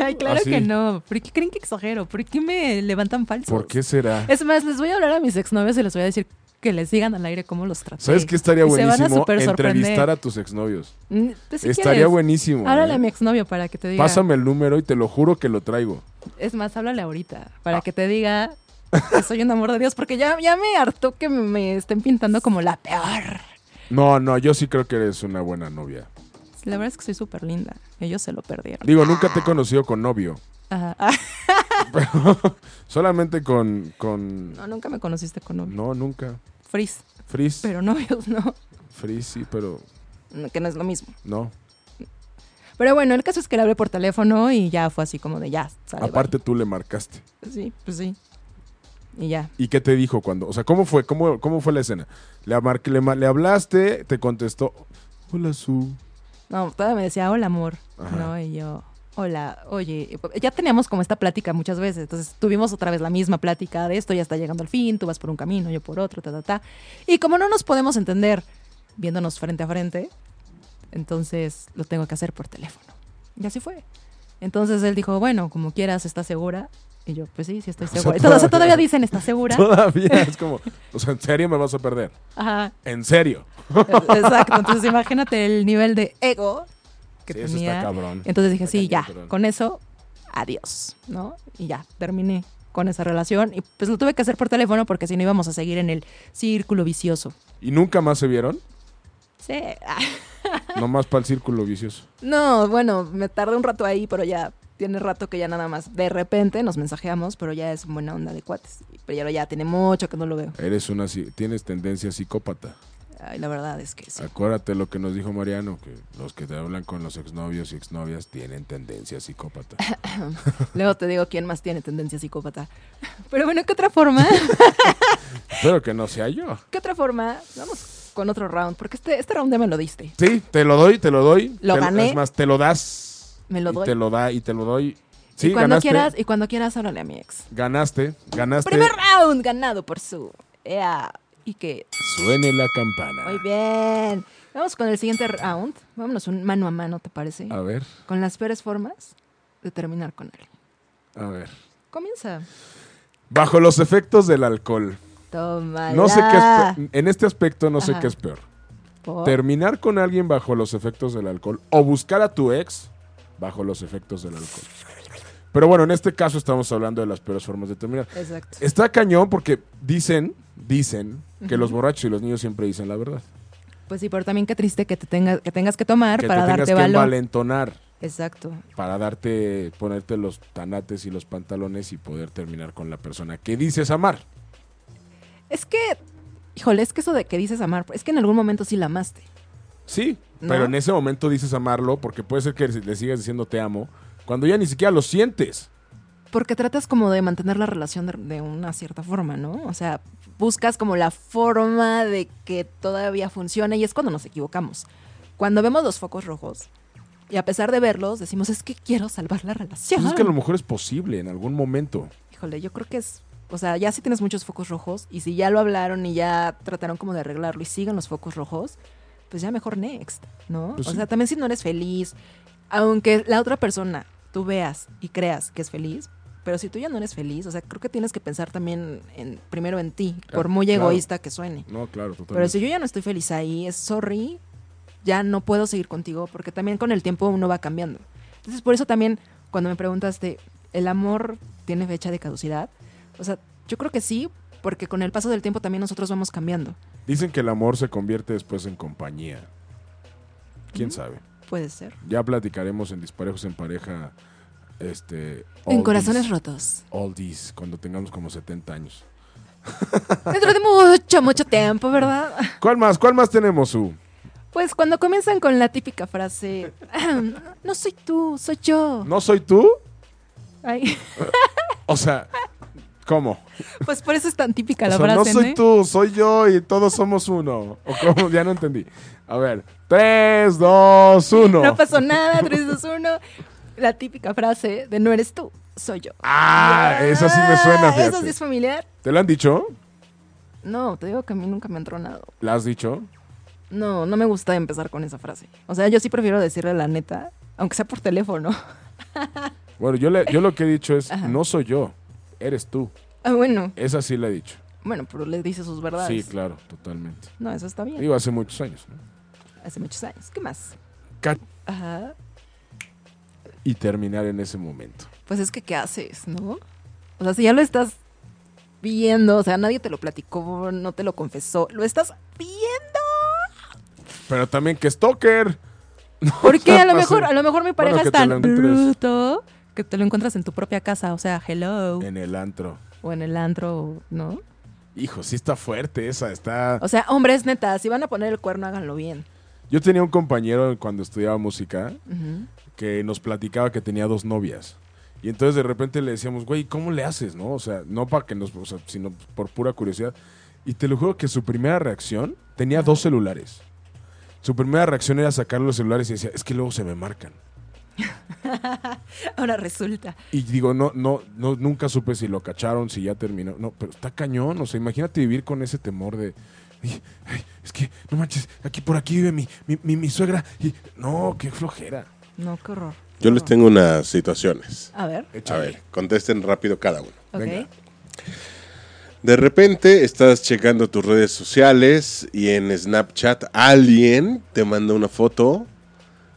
B: Ay, claro
C: Así.
B: que no. ¿Por qué creen que exagero? ¿Por qué me levantan falsos?
C: ¿Por qué será?
B: Es más, les voy a hablar a mis exnovios y les voy a decir que les digan al aire cómo los traté.
C: ¿Sabes qué estaría
B: Y se van a
C: buenísimo?
B: súper sorprender.
C: Entrevistar a tus exnovios.
B: Mm, pues, si
C: estaría
B: quieres,
C: buenísimo.
B: Háblale
C: ¿eh?
B: a mi exnovio para que te diga.
C: Pásame el número y te lo juro que lo traigo.
B: Es más, háblale ahorita
C: Ah.
B: para que te diga que soy un amor de Dios, porque ya, ya me hartó que me estén pintando como la peor.
C: No, no, yo sí creo que eres una buena novia.
B: La verdad es que soy súper linda. Ellos se lo perdieron.
C: Digo, nunca te he conocido con novio.
B: Ajá. Ah,
C: pero solamente con, con...
B: No, nunca me conociste con novio.
C: No, nunca.
B: Frizz.
C: Frizz.
B: Pero novios, no.
C: Frizz, sí, pero
B: No, Que no es lo mismo.
C: no.
B: Pero bueno, el caso es que le hablé por teléfono y ya fue así como de ya. sale,
C: Aparte tú le marcaste.
B: bye. Sí, pues sí. Y ya.
C: ¿Y qué te dijo cuando? O sea, ¿cómo fue? ¿Cómo, cómo fue la escena? Le, amar- le, ma- le hablaste, te contestó, hola, Su.
B: No, todavía me decía, hola amor.
C: Ajá.
B: No, y yo, hola, oye, ya teníamos como esta plática muchas veces, entonces tuvimos otra vez la misma plática de esto, ya está llegando al fin, tú vas por un camino, yo por otro, ta, ta, ta. Y como no nos podemos entender viéndonos frente a frente, entonces lo tengo que hacer por teléfono. Y así fue. Entonces él dijo, bueno, como quieras, ¿estás segura? Y yo, pues sí, sí estoy
C: sea,
B: segura. Y todo- o sea,
C: todavía-
B: todavía dicen, ¿estás segura?
C: Todavía es como, o sea, ¿en serio me vas a perder?
B: Ajá, e-,
C: ¿En serio?
B: exacto. Entonces imagínate el nivel de ego que
C: Sí,
B: tenía.
C: eso está cabrón.
B: Entonces dije, sí,
C: cañón,
B: ya,
C: perdón.
B: con eso, adiós, ¿no? Y ya, terminé con esa relación. Y pues lo tuve que hacer por teléfono porque si no íbamos a seguir en el círculo vicioso.
C: ¿Y nunca más se vieron?
B: Sí. ah.
C: Nomás para el círculo vicioso.
B: No, bueno, me tardé un rato ahí, pero ya tiene rato que ya nada más. De repente nos mensajeamos, pero ya es buena onda de cuates. Pero ya tiene mucho que no lo veo.
C: Eres una, si- tienes tendencia psicópata.
B: Ay, la verdad es que sí.
C: Acuérdate lo que nos dijo Mariano, que los que te hablan con los exnovios y exnovias tienen tendencia psicópata.
B: Luego te digo quién más tiene tendencia psicópata. Pero bueno, ¿qué otra forma?
C: Espero que no sea yo.
B: ¿Qué otra forma? Vamos con otro round, porque este, este round ya me lo diste.
C: Sí, te lo doy, te lo doy.
B: Lo
C: Te-
B: gané.
C: Es más, te lo das.
B: Me lo
C: Y
B: doy.
C: te lo da y te lo doy. Sí,
B: y cuando
C: ganaste.
B: quieras, y cuando quieras, háblale a mi ex.
C: Ganaste, ganaste.
B: Primer round ganado por su. Ea. Y que.
C: Suene la campana.
B: Muy bien. Vamos con el siguiente round. Vámonos un mano a mano, ¿te parece?
C: A ver,
B: Con las peores formas de terminar con alguien.
C: a ver.
B: Comienza.
C: Bajo los efectos del alcohol.
B: Toma.
C: No sé qué es pe- En este aspecto no sé
B: Ajá.
C: qué es peor. Terminar con alguien bajo los efectos del alcohol o buscar a tu ex bajo los efectos del alcohol. Pero bueno, en este caso estamos hablando de las peores formas de terminar.
B: Exacto.
C: Está cañón porque dicen, dicen que los borrachos y los niños siempre dicen la verdad.
B: Pues sí, pero también qué triste que te tengas que, tengas que tomar
C: Que
B: para
C: te tengas
B: darte
C: que
B: valor.
C: envalentonar
B: Exacto.
C: para darte, ponerte los tanates y los pantalones y poder terminar con la persona que dices amar.
B: Es que. Híjole, es que eso de que dices amar, es que en algún momento sí la amaste.
C: Sí,
B: ¿No?
C: pero en ese momento dices amarlo porque puede ser que le sigas diciendo te amo cuando ya ni siquiera lo sientes.
B: Porque tratas como de mantener la relación de, de una cierta forma, ¿no? O sea, buscas como la forma de que todavía funcione y es cuando nos equivocamos. Cuando vemos los focos rojos y a pesar de verlos, decimos, es que quiero salvar la relación.
C: Pues es que a lo mejor es posible en algún momento.
B: Híjole, yo creo que es... O sea, ya si tienes muchos focos rojos y si ya lo hablaron y ya trataron como de arreglarlo y siguen los focos rojos, pues ya mejor next, ¿no?
C: Pues
B: o
C: sí.
B: sea, también si no eres feliz, aunque la otra persona tú veas y creas que es feliz, pero si tú ya no eres feliz, o sea, creo que tienes que pensar también en, primero en ti, por muy
C: claro.
B: egoísta que suene.
C: No, claro, totalmente.
B: Pero si yo ya no estoy feliz ahí, es sorry, ya no puedo seguir contigo, porque también con el tiempo uno va cambiando. Entonces, por eso también, cuando me preguntaste, ¿el amor tiene fecha de caducidad? O sea, yo creo que sí, porque con el paso del tiempo también nosotros vamos cambiando.
C: Dicen que el amor se convierte después en compañía. ¿Quién sabe?
B: Puede ser.
C: Ya platicaremos en Disparejos en Pareja. Este,
B: En
C: oldies-
B: corazones rotos.
C: oldies, cuando tengamos como 70 años.
B: Dentro de mucho, mucho tiempo, ¿verdad?
C: ¿Cuál más? ¿Cuál más tenemos, Su?
B: Pues cuando comienzan con la típica frase, "Ah, no soy tú, soy yo.
C: ¿No soy tú?
B: Ay,
C: O sea, ¿cómo?
B: pues por eso es tan típica
C: O
B: la
C: sea,
B: frase,
C: no soy
B: ¿no?
C: tú, soy yo y todos somos uno. ¿O cómo? Ya no entendí. A ver, 3, 2, 1.
B: No pasó nada, 3, 2, 1. La típica frase de no eres tú, soy yo.
C: Ah, esa sí me
B: Ah,
C: suena,
B: ¿Eso
C: fíjate.
B: sí es familiar?
C: ¿Te lo han dicho?
B: No, te digo que a mí nunca me han tronado.
C: ¿La has dicho?
B: No, no me gusta empezar con esa frase. O sea, yo sí prefiero decirle la neta, aunque sea por teléfono.
C: Bueno, yo, le- yo lo que he dicho es,
B: Ajá.
C: no soy yo, eres tú.
B: Ah, bueno,
C: Esa sí la he dicho.
B: bueno, pero le dice sus verdades.
C: Sí, claro, totalmente.
B: No, eso está bien.
C: Digo, hace muchos años. ¿no?
B: Hace muchos años. ¿Qué más?
C: Ca-
B: Ajá.
C: Y terminar en ese momento.
B: Pues es que, ¿qué haces, no? O sea, si ya lo estás viendo, o sea, nadie te lo platicó, no te lo confesó, lo estás viendo.
C: Pero también que Stalker.
B: Porque a
C: Ah,
B: lo
C: sí.
B: mejor, a lo mejor mi pareja
C: Bueno, que
B: es
C: te
B: tan
C: la entres.
B: bruto que te lo encuentras en tu propia casa, o sea, hello,
C: en el antro.
B: o en el antro, ¿no?
C: Hijo, sí está fuerte esa, está...
B: O sea, hombres, neta, si van a poner el cuerno, háganlo bien.
C: Yo tenía un compañero cuando estudiaba música
B: Ujú.
C: que nos platicaba que tenía dos novias. Y entonces de repente le decíamos, güey, ¿cómo le haces, no? O sea, no para que nos... o sea, sino por pura curiosidad. Y te lo juro que su primera reacción tenía dos celulares. Su primera reacción era sacar los celulares y decía, es que luego se me marcan.
B: Ahora resulta.
C: Y digo, no, no, no, nunca supe si lo cacharon, si ya terminó. No, pero está cañón. O sea, imagínate vivir con ese temor de. "Ay, ay, es que, no manches, aquí por aquí vive mi, mi, mi- mi suegra. Y, no, qué flojera.
B: No, qué horror.
F: Yo les tengo unas situaciones.
B: A ver,
F: A
C: Échale.
F: ver, contesten rápido cada uno.
B: ok.
C: Eh, Venga.
F: De repente estás checando tus redes sociales y en Snapchat alguien te manda una foto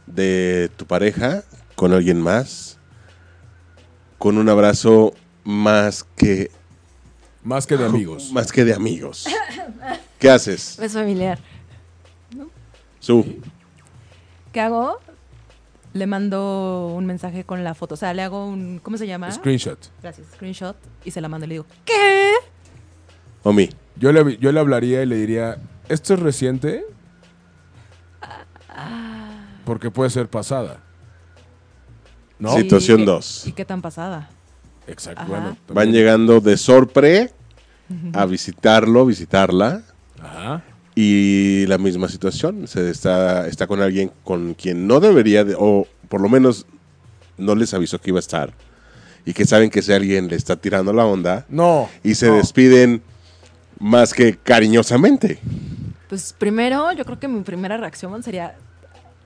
F: de tu pareja con alguien más, con un abrazo más que,
C: Más que de amigos.
F: más que de amigos. ¿Qué haces?
B: Es familiar.
F: Su.
B: ¿Qué hago? Le mando un mensaje con la foto. O sea, le hago un. ¿Cómo se llama?
C: Screenshot.
B: Gracias, screenshot. Y se la mando y le digo,
F: Omi.
C: Yo le, yo le hablaría y le diría, ¿esto es reciente? Porque puede ser pasada. ¿No?
F: Sí. Situación dos.
B: ¿Y qué tan pasada?
C: Exacto.
B: Ajá.
C: Bueno, también.
F: Van llegando de sorpre a visitarlo, visitarla.
C: Ajá.
F: Y la misma situación, se está, está con alguien con quien no debería, de- o por lo menos no les avisó que iba a estar, y que saben que si alguien le está tirando la onda,
C: No.
F: y se
C: no.
F: despiden más que cariñosamente.
B: Pues primero, yo creo que mi primera reacción sería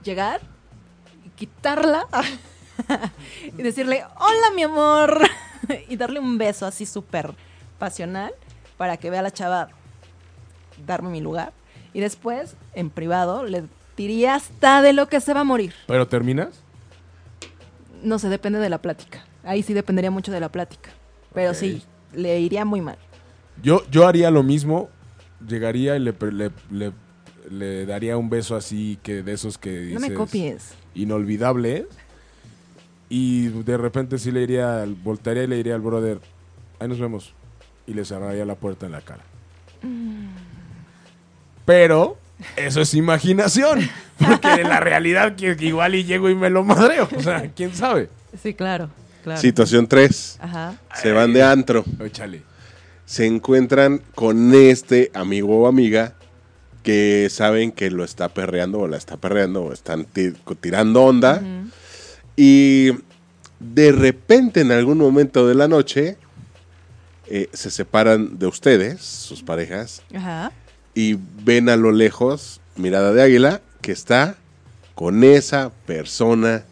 B: llegar y quitarla y decirle, hola mi amor, y darle un beso así súper pasional para que vea a la chava darme mi lugar. Y después, en privado, le diría hasta de lo que se va a morir.
C: ¿Pero terminas?
B: No sé, depende de la plática. Ahí sí dependería mucho de la plática. Pero
C: Ok.
B: sí, le iría muy mal.
C: Yo, yo haría lo mismo. Llegaría y le, pre- le, le- le daría un beso así que de esos que
B: No me
C: dices,
B: copies.
C: Inolvidable. Y de repente sí le iría, voltaría y le diría al brother, ahí nos vemos. Y le cerraría la puerta en la cara.
B: Mm.
C: Pero eso es imaginación. Porque de la realidad que igual y llego y me lo madreo. O sea, quién sabe.
B: Sí, claro, claro.
F: Situación 3.
B: Ajá.
F: Se van de antro,
C: Échale.
F: se encuentran con este amigo o amiga que saben que lo está perreando o la está perreando o están ti- tirando onda.
B: Ujú.
F: Y de repente, en algún momento de la noche, eh, se separan de ustedes, sus parejas,
B: Ajá.
F: y ven a lo lejos, mirada de águila, que está con esa persona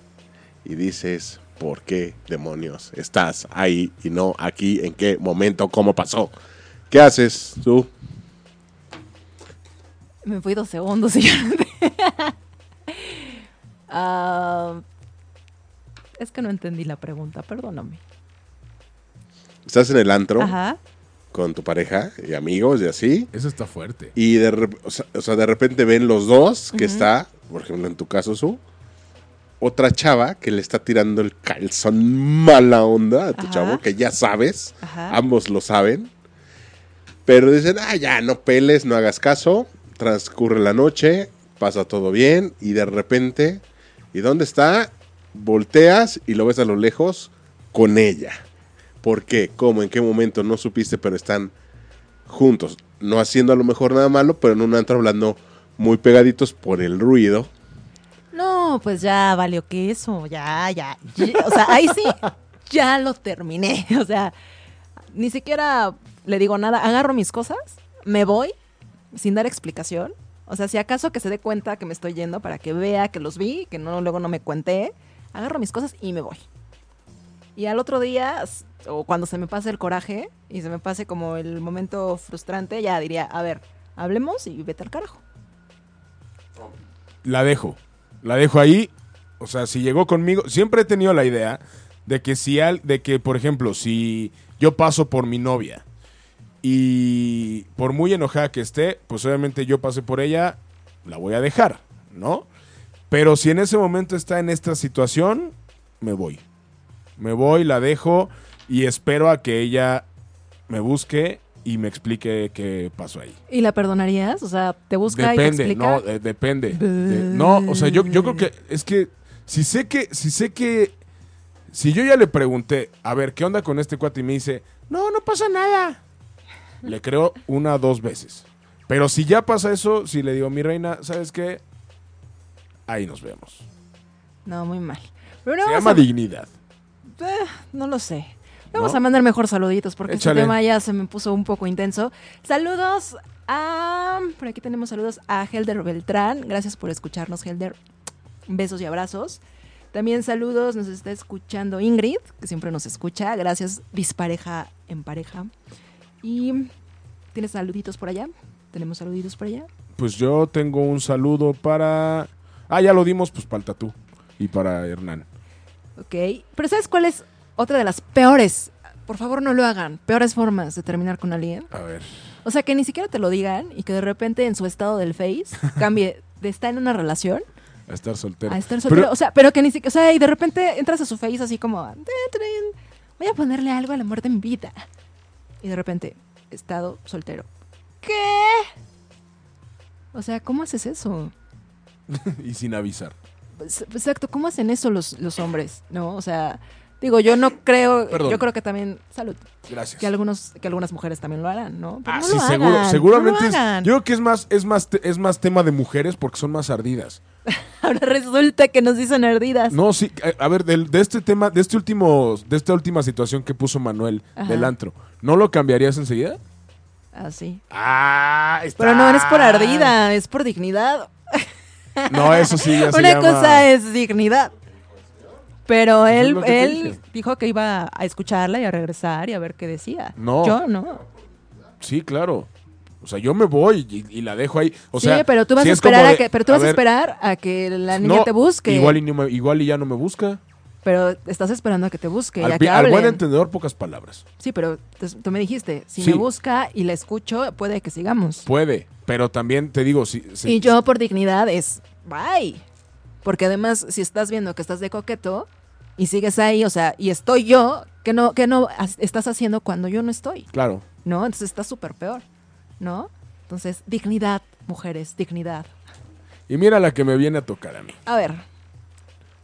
F: y dices, ¿por qué demonios estás ahí y no aquí? ¿En qué momento? ¿Cómo pasó? ¿Qué haces tú?
B: Me fui dos segundos, señor. Ah, es que no entendí la pregunta, perdóname.
F: Estás en el antro
B: Ajá.
F: con tu pareja y amigos y así.
C: Eso está fuerte.
F: Y de, rep- o sea, o sea, de repente ven los dos que está, por ejemplo, en tu caso, su otra chava que le está tirando el calzón mala onda a tu
B: Ajá.
F: chavo, que ya sabes,
B: Ajá.
F: ambos lo saben. Pero dicen, ah, ya, no peles, no hagas caso. Transcurre la noche, pasa todo bien, y de repente, ¿y dónde está? Volteas y lo ves a lo lejos con ella. ¿Por qué? ¿Cómo? ¿En qué momento? No supiste, pero están juntos, no haciendo a lo mejor nada malo, pero en un antro hablando muy pegaditos por el ruido.
B: No, pues ya valió que eso, ya, ya. ya. O sea, ahí sí, ya lo terminé. O sea, ni siquiera le digo nada, agarro mis cosas, me voy sin dar explicación. O sea, si acaso que se dé cuenta que me estoy yendo para que vea que los vi, que no luego no me cuente, agarro mis cosas y me voy. Y al otro día, s- o cuando se me pase el coraje y se me pase como el momento frustrante, ya diría, a ver, hablemos y vete al carajo.
C: la dejo. La dejo ahí. O sea, si llegó conmigo, siempre he tenido la idea de que si al, de que, por ejemplo, si yo paso por mi novia y por muy enojada que esté, pues obviamente yo pasé por ella, la voy a dejar, ¿no? Pero si en ese momento está en esta situación, me voy. Me voy, la dejo y espero a que ella me busque y me explique qué pasó ahí.
B: ¿Y la perdonarías? O sea, te busca y te
C: depende,
B: pues, explica.
C: no, eh, depende. De- no, o sea, yo, yo creo que es que si sé que, si sé que, si yo ya le pregunté, a ver, ¿qué onda con este cuate? Y me dice, no, no pasa nada. Le creo una o dos veces. Pero si ya pasa eso, si le digo, mi reina, ¿sabes qué? Ahí nos vemos.
B: No, muy mal. Pero no,
C: Se
B: vamos
C: llama
B: a-
C: dignidad.
B: no lo sé. Vamos
C: ¿No?
B: a mandar mejor saluditos porque
C: Échale.
B: este tema ya se me puso un poco intenso. Saludos a... Por aquí tenemos saludos a Helder Beltrán. Gracias por escucharnos, Helder. Besos y abrazos. También saludos, nos está escuchando Ingrid, que siempre nos escucha. Gracias, dispareja en pareja. Y... ¿Tienes saluditos por allá? ¿Tenemos saluditos por allá?
C: Pues yo tengo un saludo para. Ah, ya lo dimos, pues para el tatú. Y para Hernán.
B: Ok. Pero ¿sabes cuál es otra de las peores? Por favor, no lo hagan. Peores formas de terminar con alguien.
C: A ver.
B: O sea, que ni siquiera te lo digan y que de repente en su estado del face cambie de estar en una relación
C: A estar soltero.
B: a estar soltero.
C: Pero-
B: o sea, pero que ni siquiera. O sea, y de repente entras a su face así como. "Tin, tin, Voy a ponerle algo al amor de mi vida. Y de repente, estado soltero. ¿Qué? O sea, ¿cómo haces eso?
C: y sin avisar.
B: Pues, Exacto, ¿cómo hacen eso los, los hombres? ¿No? O sea, digo, yo no creo.
C: Perdón.
B: Yo creo que también. Salud.
C: Gracias.
B: Que, algunos, que algunas mujeres también lo harán, ¿no? Pero
C: Ah,
B: no
C: sí,
B: lo
C: seguro.
B: hagan,
C: seguramente
B: no
C: es-
B: lo hagan.
C: Yo creo que es más, es más, te- es más tema de mujeres porque son más ardidas.
B: Ahora resulta que nos dicen ardidas.
C: No, sí, a a ver, del- de, este tema, de este último, de esta última situación que puso Manuel
B: Ajá.
C: del antro, ¿no lo cambiarías enseguida?
B: Así.
C: Ah, está.
B: Pero no, no es por ardida, es por dignidad.
C: No, eso sí, ya se
B: Una
C: llama-
B: cosa es dignidad. Pero
C: Eso es
B: él,
C: lo que te
B: él
C: dije.
B: dijo que iba a escucharla y a regresar y a ver qué decía.
C: No.
B: Yo no.
C: Sí, claro. O sea, yo me voy y, y la dejo ahí. O
B: sí,
C: sea,
B: pero tú vas
C: sí
B: a
C: es como
B: esperar a
C: de,
B: que, pero tú vas a
C: ver,
B: esperar a que la niña
C: no,
B: te busque.
C: Igual y, no me- igual y ya no me busca.
B: Pero estás esperando a que te busque,
C: al,
B: ya
C: pi-
B: que
C: al buen
B: hablen.
C: entendedor, pocas palabras.
B: Sí, pero te- tú me dijiste, si
C: Sí.
B: me busca y la escucho, puede que sigamos.
C: Puede, pero también te digo, si, si-
B: Y yo por dignidad es bye. Porque además, si estás viendo que estás de coqueto y sigues ahí, o sea, y estoy yo, que no, que no has- estás haciendo cuando yo no estoy,
C: Claro.
B: ¿no? Entonces está súper peor, ¿no? Entonces, dignidad, mujeres, dignidad.
C: Y mira la que me viene a tocar a mí.
B: A ver,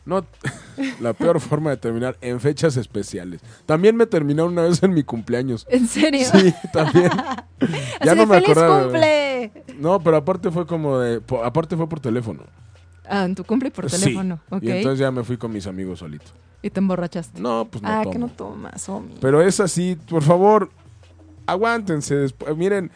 C: No, la peor forma de terminar en fechas especiales. También me terminaron una vez en mi cumpleaños.
B: ¿en serio?
C: Sí, también.
B: Así de, ¡Feliz cumple!
C: No, pero aparte fue como de, po- aparte fue por teléfono.
B: Ah, en tu cumple por
C: Sí.
B: teléfono, ¿ok?
C: Y entonces ya me fui con mis amigos solito.
B: Y te emborrachaste.
C: No, pues no
B: ah,
C: tomo.
B: que no tomas, homie.
C: Pero es así, por favor, aguántense. despu- Miren,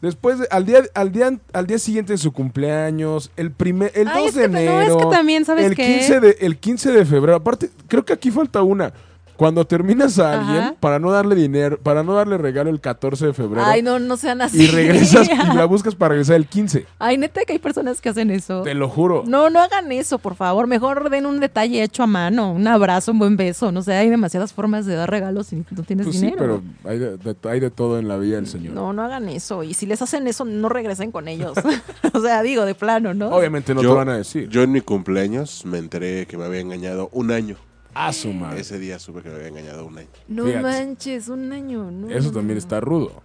C: después de- al día al día al día siguiente de su cumpleaños, el primer el 2
B: Ay, es
C: de
B: que- no, es
C: enero.
B: que también, ¿sabes
C: el
B: qué?
C: 15 de el 15 de febrero. Aparte, creo que aquí falta una. Cuando terminas a alguien
B: Ajá.
C: para no darle dinero, para no darle regalo el 14 de febrero
B: Ay, no, no sean así.
C: y regresas y la buscas para regresar el 15.
B: Ay, neta que hay personas que hacen eso.
C: Te lo juro.
B: No, no hagan eso, por favor. Mejor den un detalle hecho a mano, un abrazo, un buen beso. No sé, hay demasiadas formas de dar regalos si no tienes
C: Pues sí,
B: dinero.
C: pero hay de, de- hay de todo en la vida del señor.
B: No, no hagan eso. Y si les hacen eso, no regresen con ellos. o sea, digo, de plano, ¿no?
C: Obviamente no
F: Yo-
C: te van a decir.
F: Yo en mi cumpleaños me enteré que me había engañado un año.
C: a su madre.
F: Ese día supe que me había engañado un año.
B: No
C: Fíjate.
B: manches, un año. No,
C: Eso
B: no,
C: también
B: no.
C: está rudo.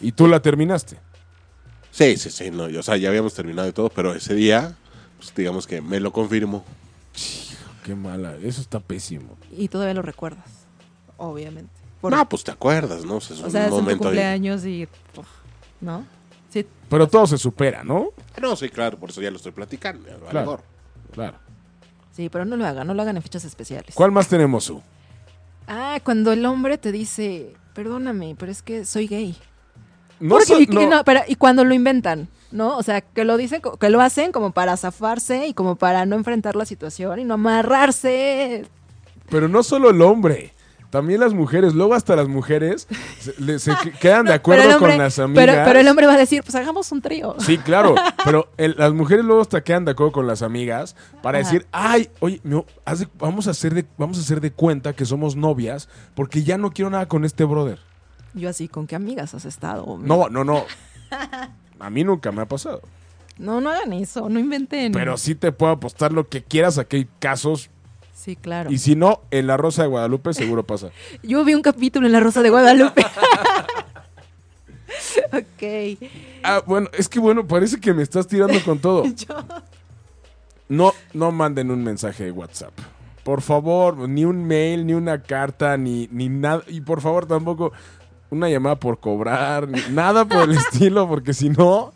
C: Y tú la terminaste.
F: Sí, sí, sí. No, yo- o sea, ya habíamos terminado y todo, pero ese día, pues, digamos que me lo confirmó.
C: Qué mala, eso está pésimo.
B: Y todavía lo recuerdas, obviamente. Por-
F: No, pues te acuerdas, ¿no? O sea, es
B: o
F: un
B: sea, es en tu
F: momento ahí.
B: cumpleaños y... uf, ¿No? Sí,
C: Pero todo se supera, ¿no?
F: No, sí, claro, por eso ya lo estoy platicando. a lo
C: Claro.
F: mejor.
C: Claro.
B: sí, pero no lo hagan, no lo hagan en fechas especiales.
C: ¿Cuál más tenemos, Su?
B: Ah, cuando el hombre te dice, perdóname, pero es que soy gay.
C: No,
B: Porque-
C: so-
B: y,
C: no-
B: y no, pero- y cuando lo inventan, ¿no? O sea, que lo dicen, co- que lo hacen como para zafarse y como para no enfrentar la situación y no amarrarse.
C: pero no solo el hombre. También las mujeres, luego hasta las mujeres se, le- se que- quedan de acuerdo
B: pero el hombre-
C: con las amigas.
B: Pero, pero el hombre va a decir, pues hagamos un trío.
C: Sí, claro, pero el- las mujeres luego hasta quedan de acuerdo con las amigas para
B: Ajá.
C: decir, ay, oye, no, haz de- vamos, a hacer de, vamos a hacer de cuenta que somos novias porque ya no quiero nada con este brother.
B: Yo así, ¿con qué amigas has estado? hombre?
C: No, no, no. A mí nunca me ha pasado.
B: No, no hagan eso, no inventen.
C: Pero sí te puedo apostar lo que quieras a que hay casos
B: Sí, claro.
C: Y si no, en La Rosa de Guadalupe seguro pasa.
B: Yo vi un capítulo en La Rosa de Guadalupe. ok.
C: Ah, bueno, es que bueno, parece que me estás tirando con todo.
B: Yo-
C: No, no manden un mensaje de WhatsApp. Por favor, ni un mail, ni una carta, ni, ni nada. Y por favor, tampoco una llamada por cobrar, ni- nada por el estilo, porque si no,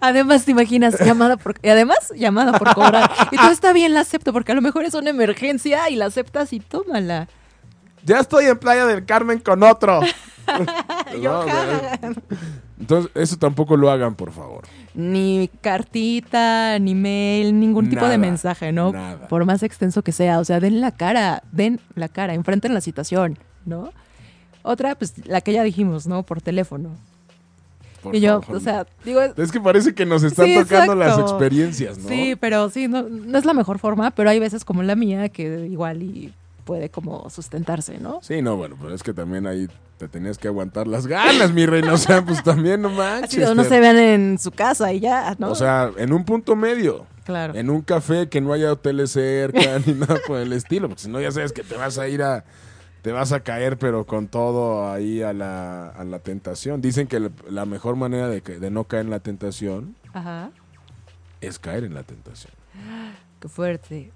B: Además, te imaginas, llamada por... Y además, llamada por cobrar. Y todo está bien, la acepto, porque a lo mejor es una emergencia y la aceptas y tómala.
C: ya estoy en Playa del Carmen con otro. No,
B: Yo,
C: o sea, entonces, eso tampoco lo hagan, por favor.
B: Ni cartita, ni mail, ningún tipo
C: Nada,
B: de mensaje, ¿no?
C: nada.
B: Por más extenso que sea. O sea, den la cara, den la cara, enfrenten la situación, ¿no? Otra, pues la que ya dijimos, ¿no? Por teléfono.
C: Por
B: y yo,
C: favor.
B: o sea, digo,
C: Es que parece que nos están
B: Sí,
C: tocando las
B: exacto.
C: experiencias, ¿no?
B: Sí, pero sí, no, no es la mejor forma, pero hay veces como la mía que igual y puede como sustentarse, ¿no?
C: Sí, no, bueno, pero es que también ahí te tenías que aguantar las ganas, mi reina. O sea, pues también no
B: Así,
C: manches.
B: o no
C: te-
B: se vean en su casa y ya, ¿no?
C: O sea, en un punto medio.
B: claro.
C: En un café que no haya hoteles cerca ni nada por el estilo. Porque si no, ya sabes que te vas a ir a. Te vas a caer, pero con todo ahí a la, a la tentación. Dicen que la- la mejor manera de, que- de no caer en la tentación
B: Ajá,
C: es caer en la tentación.
B: qué fuerte.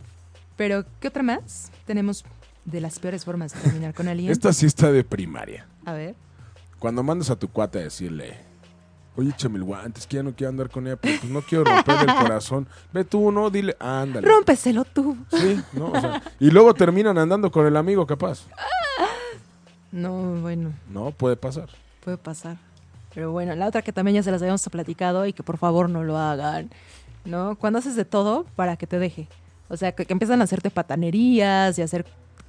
B: Pero, ¿qué otra más tenemos de las peores formas de terminar con alguien?
C: Esta sí está de primaria.
B: A ver.
C: Cuando mandas a tu cuate a decirle, oye, échame el guante, es que ya no quiero andar con ella, pero pues no quiero romper el corazón. Ve tú, no, dile, ándale.
B: Rómpeselo tú.
C: Sí, ¿no? O sea, y luego terminan andando con el amigo, capaz.
B: No, bueno,
C: No, puede pasar.
B: puede pasar. Pero bueno, la otra que también ya se las habíamos platicado y que por favor no lo hagan, ¿no? Cuando haces de todo para que te deje. O sea, que, que empiezan a hacerte patanerías y hacer...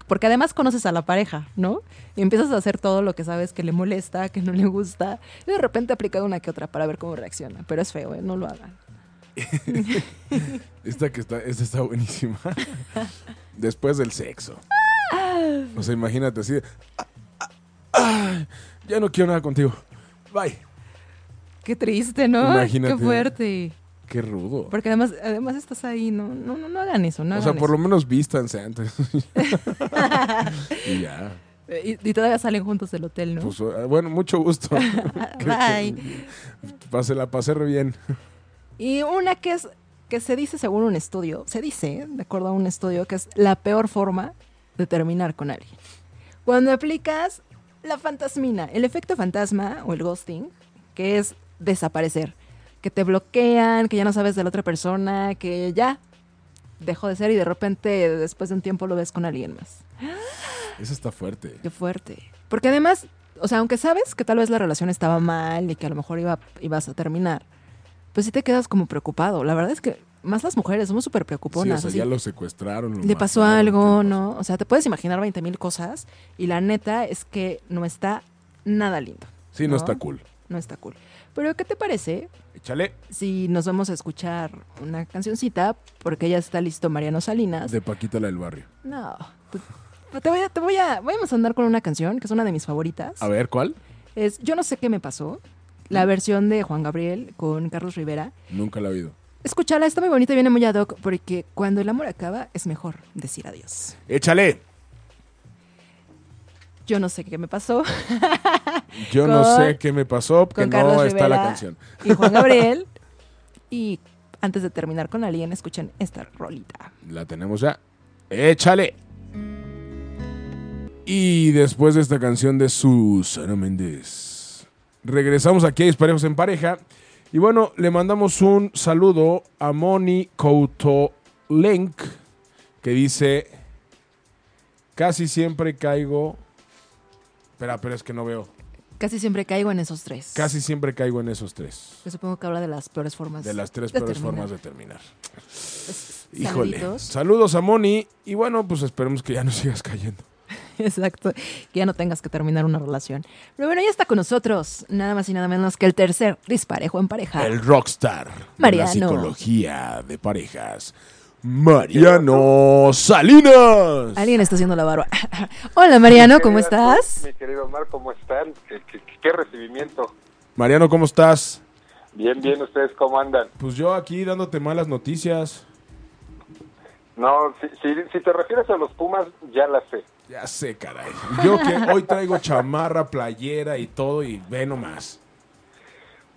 B: Porque además conoces a la pareja, ¿no? Y empiezas a hacer todo lo que sabes que le molesta, que no le gusta. Y de repente aplica una que otra para ver cómo reacciona. Pero es feo, ¿eh? No lo hagan.
C: Esta que está, esta está buenísima. Después del sexo. O sea, imagínate así de, "Ah, ah, ah, ya no quiero nada contigo. Bye.
B: Qué triste, ¿no?
C: Imagínate.
B: Qué fuerte.
C: Qué rudo.
B: Porque además, además estás ahí, ¿no? No, no, no hagan eso, no
C: o sea,
B: hagan
C: por
B: eso.
C: lo menos vístanse antes. y ya.
B: Y, y todavía salen juntos del hotel, ¿no?
C: Pues, eh, bueno, mucho gusto. Que-
B: Bye.
C: Pase, la pasé re bien.
B: Y una que es que se dice según un estudio, se dice, ¿eh? de acuerdo a un estudio, que es la peor forma de terminar con alguien. Cuando aplicas la fantasmina, el efecto fantasma o el ghosting, que es desaparecer, que te bloquean, que ya no sabes de la otra persona, que ya dejó de ser y de repente después de un tiempo lo ves con alguien más.
C: Eso está fuerte.
B: Qué fuerte. Porque además, o sea, aunque sabes que tal vez la relación estaba mal y que a lo mejor iba, ibas a terminar, pues sí te quedas como preocupado. La verdad es que más las mujeres somos súper
C: Sí, o
B: preocuponas.
C: sea,
B: así,
C: ya lo secuestraron. lo
B: Le pasó
C: mataron,
B: algo,
C: ¿qué
B: ¿no? O sea, te puedes imaginar 20 mil cosas y la neta es que no está nada lindo.
C: pasó? Sí, no,
B: ¿no?
C: está cool.
B: No está cool. Pero, ¿qué te parece
C: Échale
B: si nos vamos a escuchar una cancioncita? Porque ya está listo Mariano Salinas.
C: de Paquita la del barrio.
B: No. pues, te- Te voy a, te voy a, voy a andar con una canción que es una de mis favoritas.
C: A ver, ¿cuál?
B: Es Yo no sé qué me pasó,
C: Mm.
B: la versión de Juan Gabriel con Carlos Rivera.
C: Nunca la he oído.
B: Escúchala, está muy bonita y viene muy ad hoc, porque cuando el amor acaba es mejor decir adiós.
C: Échale.
B: Yo no sé qué me pasó
C: Yo no
B: Con-
C: sé qué me pasó, porque
B: con
C: no
B: Carlos
C: está la
B: Rivera.
C: canción.
B: y Juan Gabriel. Y antes de terminar con alguien, escuchen esta rolita.
C: La tenemos ya. Échale. Y después de esta canción de Susana Méndez, regresamos aquí a Disparejos en Pareja. Y bueno, le mandamos un saludo a Moni Couto Link, que dice: Casi siempre caigo. Espera, pero es que no veo.
B: Casi siempre caigo en esos tres.
C: Casi siempre caigo en esos tres.
B: Yo supongo que habla de las peores formas.
C: De las tres
B: de
C: peores
B: terminar.
C: formas de terminar. Híjole.
B: Saluditos.
C: Saludos a Moni. Y bueno, pues esperemos que ya no sigas cayendo.
B: Exacto, que ya no tengas que terminar una relación. Pero bueno, ya está con nosotros, nada más y nada menos que el tercer disparejo en pareja.
C: El rockstar de la
B: Mariano.
C: psicología de parejas. Mariano Salinas.
B: Pues, Alguien está haciendo la barba. Hola Mariano, ¿cómo estás?
G: Mi querido Omar, ¿cómo están? ¿Qué, qué- qué recibimiento?
C: Mariano, ¿cómo estás?
G: Bien, bien, ¿ustedes cómo andan?
C: Pues yo aquí dándote malas noticias.
G: No, si, si, si te refieres a los Pumas, ya la sé.
C: Ya sé, caray. Yo que hoy traigo chamarra, playera y todo y ve nomás.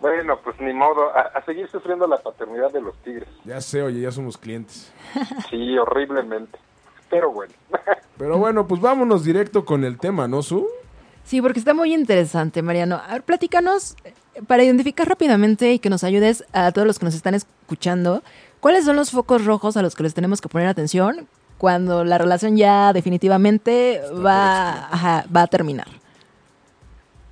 G: Bueno, pues ni modo, a, a seguir sufriendo la paternidad de los Tigres.
C: Ya sé, oye, ya somos clientes.
G: Sí, horriblemente. Pero bueno.
C: Pero bueno, pues vámonos directo con el tema, ¿no, Su?
B: Sí, porque está muy interesante, Mariano. A ver, platícanos, eh, para identificar rápidamente y que nos ayudes a todos los que nos están escuchando, ¿cuáles son los focos rojos a los que les tenemos que poner atención cuando la relación ya definitivamente va, ajá, va a terminar?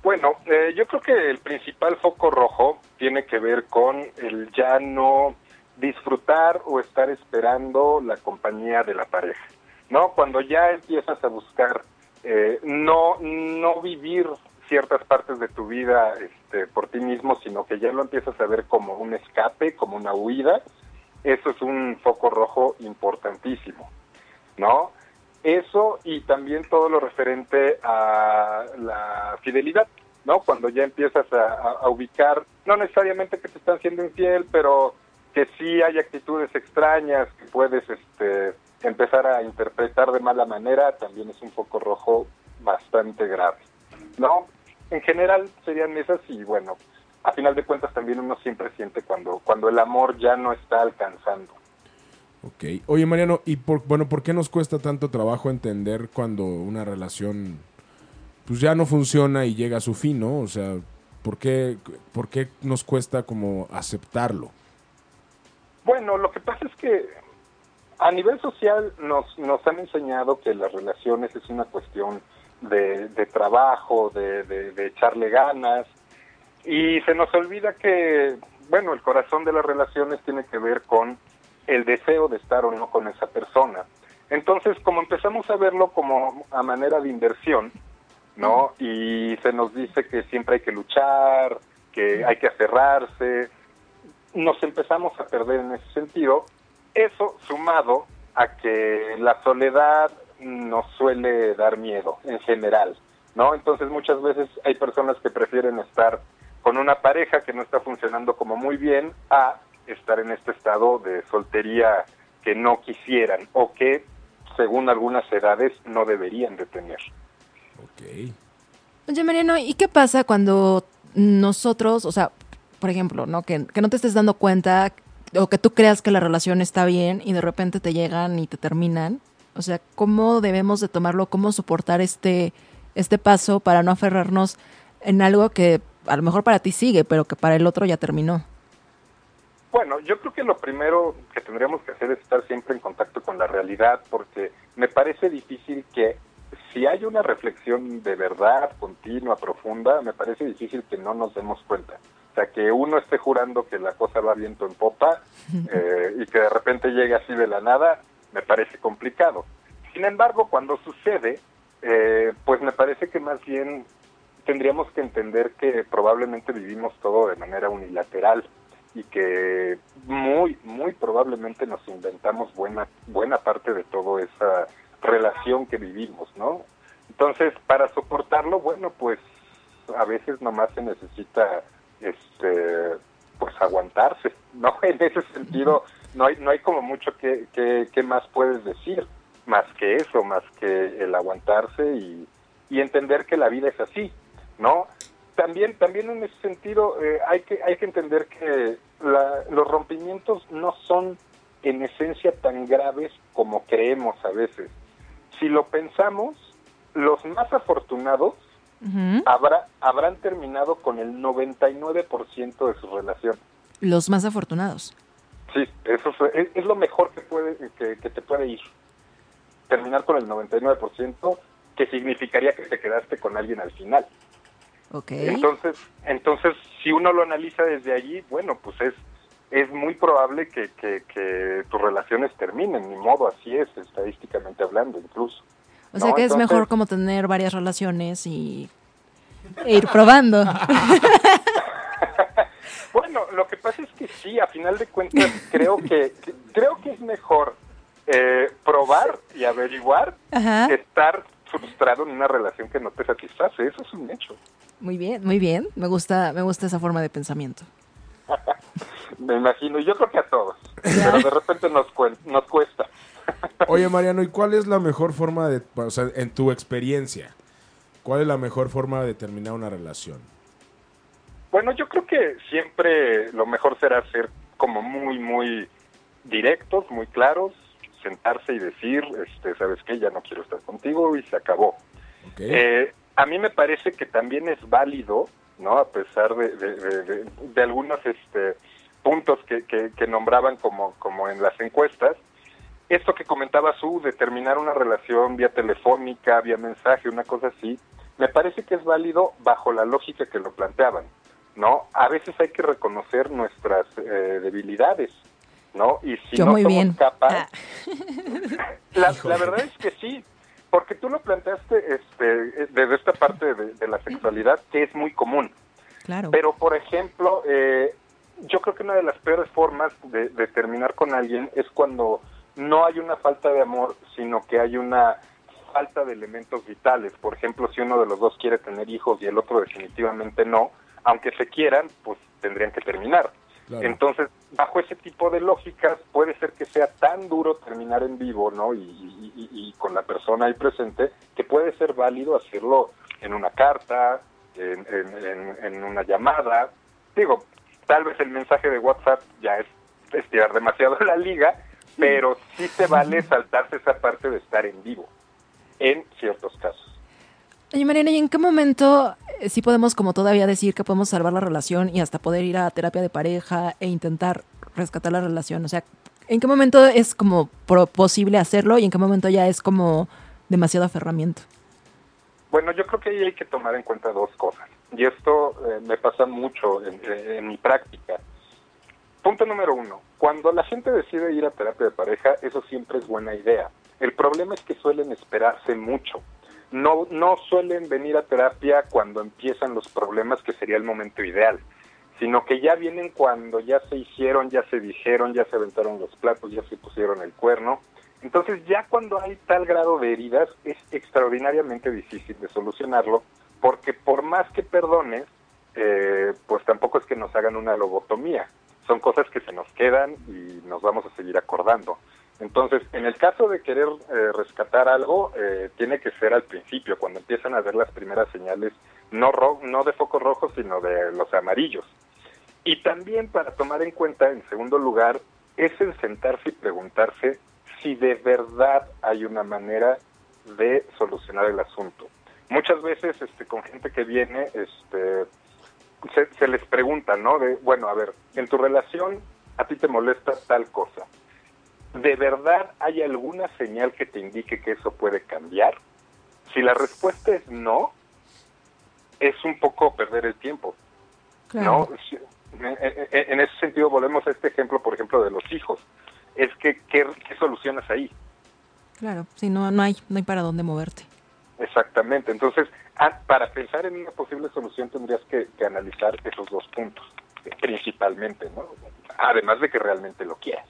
G: Bueno, eh, yo creo que el principal foco rojo tiene que ver con el ya no disfrutar o estar esperando la compañía de la pareja, ¿no? Cuando ya empiezas a buscar eh, no no vivir ciertas partes de tu vida este, por ti mismo, sino que ya lo empiezas a ver como un escape, como una huida, eso es un foco rojo importantísimo, ¿no? Eso y también todo lo referente a la fidelidad, ¿no? Cuando ya empiezas a, a- a ubicar, no necesariamente que te están siendo infiel, pero que sí hay actitudes extrañas que puedes este, empezar a interpretar de mala manera, también es un foco rojo bastante grave, ¿no? En general serían esas y bueno, a final de cuentas también uno siempre siente cuando, cuando el amor ya no está alcanzando.
C: Ok. Oye, Mariano, ¿y por, bueno, por qué nos cuesta tanto trabajo entender cuando una relación pues ya no funciona y llega a su fin, ¿no? O sea, ¿por qué, por qué nos cuesta como aceptarlo?
G: Bueno, lo que pasa es que a nivel social nos, nos han enseñado que las relaciones es una cuestión de, de trabajo, de, de- de echarle ganas, y se nos olvida que, bueno, el corazón de las relaciones tiene que ver con el deseo de estar o no con esa persona. Entonces, como empezamos a verlo como a manera de inversión, ¿no? Y se nos dice que siempre hay que luchar, que hay que aferrarse, nos empezamos a perder en ese sentido. Eso sumado a que la soledad nos suele dar miedo en general, ¿no? Entonces muchas veces hay personas que prefieren estar con una pareja que no está funcionando como muy bien a estar en este estado de soltería que no quisieran o que según algunas edades no deberían de tener.
C: Ok.
B: Oye, Mariano, ¿y qué pasa cuando nosotros, o sea, por ejemplo, ¿no? Que, que no te estés dando cuenta o que tú creas que la relación está bien y de repente te llegan y te terminan? O sea, ¿cómo debemos de tomarlo? ¿Cómo soportar este, este paso para no aferrarnos en algo que a lo mejor para ti sigue, pero que para el otro ya terminó?
G: Bueno, yo creo que lo primero que tendríamos que hacer es estar siempre en contacto con la realidad, porque me parece difícil que si hay una reflexión de verdad, continua, profunda, me parece difícil que no nos demos cuenta. O sea, que uno esté jurando que la cosa va viento en popa eh, y que de repente llegue así de la nada, me parece complicado. Sin embargo, cuando sucede, eh, pues me parece que más bien tendríamos que entender que probablemente vivimos todo de manera unilateral y que muy, muy probablemente nos inventamos buena, buena parte de toda esa relación que vivimos, ¿no? Entonces, para soportarlo, bueno, pues a veces nomás se necesita, este, pues aguantarse, ¿no? En ese sentido, no hay, no hay como mucho que, que, que más puedes decir, más que eso, más que el aguantarse y, y entender que la vida es así, ¿no? También, también en ese sentido eh, hay, que, hay que entender que la- los rompimientos no son en esencia tan graves como creemos a veces. Si lo pensamos, los más afortunados
B: Ujú.
G: habrá, habrán terminado con el 99% de su relación.
B: Los más afortunados.
G: Sí, eso es, es- es lo mejor que, puede, que, que te puede ir. Terminar con el 99%, que significaría que te quedaste con alguien al final.
B: Ok.
G: Entonces, entonces si uno lo analiza desde allí, bueno, pues es es muy probable que, que, que tus relaciones terminen, ni modo, así es, estadísticamente hablando incluso.
B: O sea
G: No,
B: que es
G: entonces-
B: mejor como tener varias relaciones y e ir probando.
G: Bueno, lo que pasa es que sí, a final de cuentas creo que que- creo que es mejor eh, probar y averiguar
B: Ajá.
G: que estar frustrado en una relación que no te satisface, eso es un hecho.
B: Muy bien, muy bien. Me gusta, me gusta esa forma de pensamiento.
G: Me imagino, y yo creo que a todos, pero de repente nos cuen- nos cuesta.
C: Oye, Mariano, ¿y cuál es la mejor forma de, o sea, en tu experiencia, cuál es la mejor forma de terminar una relación?
G: Bueno, yo creo que siempre lo mejor será ser como muy, muy directos, muy claros, sentarse y decir, este, ¿sabes qué? Ya no quiero estar contigo y se acabó.
C: ¿Ok?
G: Eh, a mí me parece que también es válido, ¿no? A pesar de, de, de- de- de algunos este, puntos que, que- que nombraban como, como en las encuestas, esto que comentaba su de terminar una relación vía telefónica, vía mensaje, una cosa así, me parece que es válido bajo la lógica que lo planteaban, ¿no? A veces hay que reconocer nuestras eh, debilidades, ¿no? Y si
B: Yo
G: no
B: muy
G: somos
B: bien.
G: capaces,
B: Ah.
G: la, la verdad es que sí, porque tú lo planteaste este, desde esta parte de, de la sexualidad que es muy común.
B: Claro.
G: Pero, por ejemplo, eh, yo creo que una de las peores formas de, de terminar con alguien es cuando no hay una falta de amor, sino que hay una falta de elementos vitales. Por ejemplo, si uno de los dos quiere tener hijos y el otro definitivamente no, aunque se quieran, pues tendrían que terminar.
C: Claro.
G: Entonces, bajo ese tipo de lógicas, puede ser que sea tan duro terminar en vivo, ¿no? Y, y- y- y con la persona ahí presente, que puede ser válido hacerlo en una carta, en, en- en- en una llamada. Digo, tal vez el mensaje de WhatsApp ya es estirar demasiado la liga, pero sí se vale saltarse esa parte de estar en vivo, en ciertos casos.
B: Oye, Mariana, ¿y en qué momento eh, sí podemos como todavía decir que podemos salvar la relación y hasta poder ir a terapia de pareja e intentar rescatar la relación? O sea, ¿en qué momento es como pro- posible hacerlo y en qué momento ya es como demasiado aferramiento?
G: Bueno, yo creo que ahí hay que tomar en cuenta dos cosas. Y esto eh, me pasa mucho en, eh, en mi práctica. Punto número uno, cuando la gente decide ir a terapia de pareja, eso siempre es buena idea. El problema es que suelen esperarse mucho. No, no suelen venir a terapia cuando empiezan los problemas, que sería el momento ideal, sino que ya vienen cuando ya se hicieron, ya se dijeron, ya se aventaron los platos, ya se pusieron el cuerno. Entonces ya cuando hay tal grado de heridas es extraordinariamente difícil de solucionarlo, porque por más que perdones, eh, pues tampoco es que nos hagan una lobotomía. Son cosas que se nos quedan y nos vamos a seguir acordando. Entonces, en el caso de querer eh, rescatar algo, eh, tiene que ser al principio, cuando empiezan a ver las primeras señales, no, ro- no de focos rojos, sino de los amarillos. Y también para tomar en cuenta, en segundo lugar, es el sentarse y preguntarse si de verdad hay una manera de solucionar el asunto. Muchas veces este, con gente que viene este, se, se les pregunta, ¿no? De, bueno, a ver, en tu relación a ti te molesta tal cosa. ¿De verdad hay alguna señal que te indique que eso puede cambiar? Si la respuesta es no, es un poco perder el tiempo. ¿no? Sí, En e, en- en ese sentido, volvemos a este ejemplo, por ejemplo, de los hijos. Es que, ¿qué, qué solucionas ahí?
B: Claro, sí, no, no hay, no hay para dónde moverte.
G: Exactamente. Entonces, ah, para pensar en una posible solución tendrías que, que analizar esos dos puntos, eh, principalmente, ¿no? Además de que realmente lo quieras.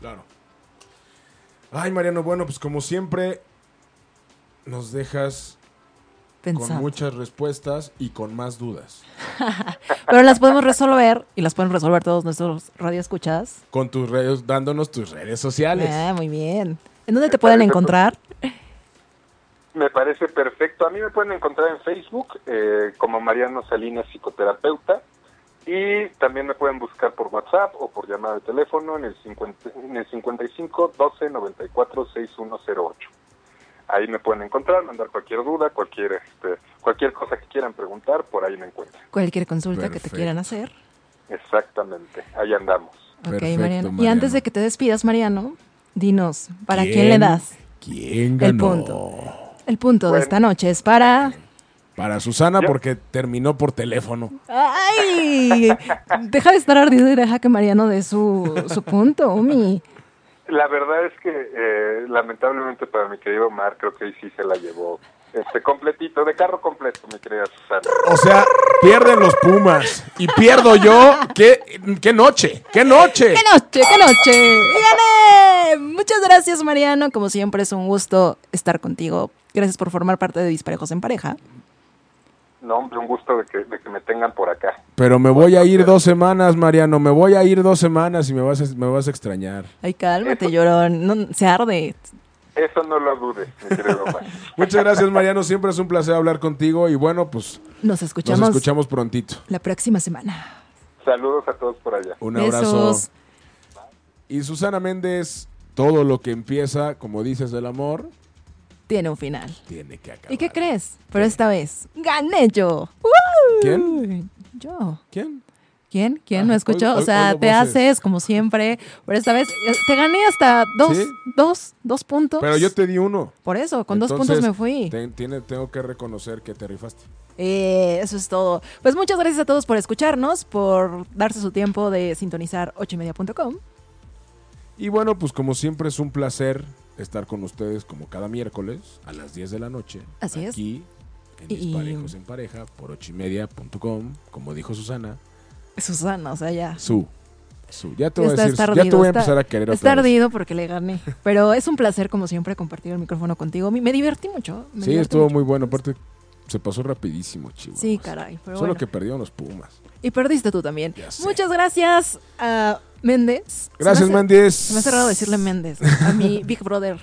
C: Claro. Ay, Mariano, bueno, pues como siempre, nos dejas con
B: Pensar.
C: muchas respuestas y con más dudas.
B: Pero las podemos resolver y las pueden resolver todos nuestros radioescuchas.
C: Con tus redes, dándonos tus redes sociales.
B: Ah, muy bien. ¿En dónde te pueden encontrar?
G: Me parece perfecto. A mí me pueden encontrar en Facebook eh, como Mariano Salinas Psicoterapeuta y también me pueden buscar por WhatsApp o por llamada de teléfono en el, 50 en el 55 12 94 6108. Ahí me pueden encontrar, mandar cualquier duda, cualquier este, cualquier cosa que quieran preguntar, por ahí me encuentran.
B: Cualquier consulta que
C: Perfecto.
B: te quieran hacer.
G: Exactamente, ahí andamos.
B: Ok,
C: Perfecto,
B: Mariano. Y
C: Mariano.
B: antes de que te despidas, Mariano, dinos, ¿para quién, le das?
C: ¿Quién ganó?
B: punto. El punto de
G: Bueno.
B: esta noche es para...
C: Para Susana,
G: Yo-
C: porque terminó por teléfono.
B: ¡Ay! Deja de estar ardido y deja que Mariano dé su, su punto, Umi.
G: La verdad es que eh, lamentablemente para mi querido Omar creo que ahí sí se la llevó este completito, de carro completo, mi querida Susana.
C: O sea, pierden los Pumas. Y pierdo yo. ¿Qué, qué noche? ¿Qué noche?
B: ¡Qué noche, qué noche! ¡Gané! Muchas gracias, Mariano. Como siempre, es un gusto estar contigo. Gracias por formar parte de Disparejos en Pareja.
G: No, hombre, un gusto de que, de que me tengan por acá.
C: Pero me voy a ir dos semanas, Mariano. Me voy a ir dos semanas y me vas a, me vas a extrañar.
B: Ay, cálmate, llorón. No, se arde.
G: Eso no lo dudes, mi querido Omar.
C: Muchas gracias, Mariano. Siempre es un placer hablar contigo. Y bueno, pues
B: Nos
C: nos
B: escuchamos
C: escuchamos prontito.
B: la próxima semana.
G: Saludos a todos por allá.
C: Un
B: Besos.
C: abrazo. Y Susana Méndez, todo lo que empieza, como dices, del amor,
B: Tiene un final.
C: tiene que acabar.
B: ¿Y qué crees? Pero esta vez gané yo. ¡Woo!
C: ¿Quién?
B: Yo.
C: ¿Quién?
B: ¿Quién? ¿Quién
C: Ah,
B: no escuchó?
C: hoy- hoy-
B: o sea,
C: hoy no
B: te
C: voces.
B: haces como siempre, pero esta vez eh, te gané hasta dos,
C: ¿Sí?
B: dos, dos puntos.
C: Pero yo te di uno.
B: Por eso, con dos
C: Entonces,
B: puntos me fui.
C: te- tiene- tengo que reconocer que te rifaste.
B: Eh, eso es todo. Pues muchas gracias a todos por escucharnos, por darse su tiempo de sintonizar 8ymedia.com.
C: Y bueno, pues como siempre es un placer estar con ustedes como cada miércoles a las 10 de la noche.
B: Así es.
C: aquí en
B: Y-
C: Mis Parejos en Pareja por ochimedia.com, como dijo Susana.
B: Susana, o sea, ya.
C: Su. Su. Ya te
B: Ya
C: voy a
B: está,
C: decir,
B: está
C: ya te
B: ardido,
C: voy a
B: está-
C: empezar a querer
B: Está
C: otra vez.
B: ardido porque le gané. Pero es un placer, como siempre, compartir el micrófono contigo. Me, me divertí mucho. me
C: Sí,
B: divertí
C: estuvo
B: mucho.
C: muy bueno. Aparte, se pasó rapidísimo, chivo.
B: Sí, caray. Pero
C: Solo
B: bueno.
C: que perdieron los Pumas.
B: Y perdiste tú también.
C: Ya sé.
B: Muchas gracias a Méndez. Se
C: Gracias,
B: me hace-
C: Méndez.
B: Se me ha cerrado decirle Méndez a mi Big Brother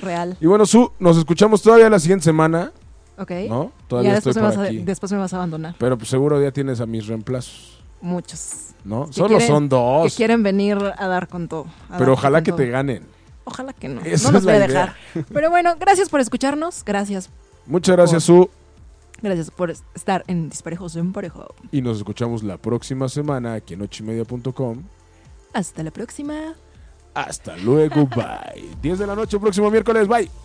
B: real.
C: Y bueno, Su, nos escuchamos todavía la siguiente semana,
B: ¿Ok?
C: ¿no?
B: ¿Eh? Ya
C: Todavía estoy
B: después me,
C: por
B: vas a,
C: aquí.
B: después me vas a abandonar.
C: Pero pues, seguro ya tienes a mis reemplazos,
B: Muchos.
C: ¿no?
B: Que
C: Solo
B: quieren-
C: son
B: Que
C: dos.
B: quieren Ah, venir a dar con todo. a dar
C: Pero ojalá
B: con
C: que
B: todo.
C: te ganen.
B: Ojalá que no.
C: Esa
B: no nos
C: es
B: voy
C: la
B: a
C: idea.
B: dejar. Pero bueno, gracias por escucharnos. Gracias.
C: Muchas gracias, Su.
B: Gracias por es- estar en Disparejos de un Parejo.
C: Y nos escuchamos la próxima semana aquí en ochimedia.com.
B: Hasta la próxima.
C: Hasta luego, bye. 10 de la noche, próximo miércoles, bye.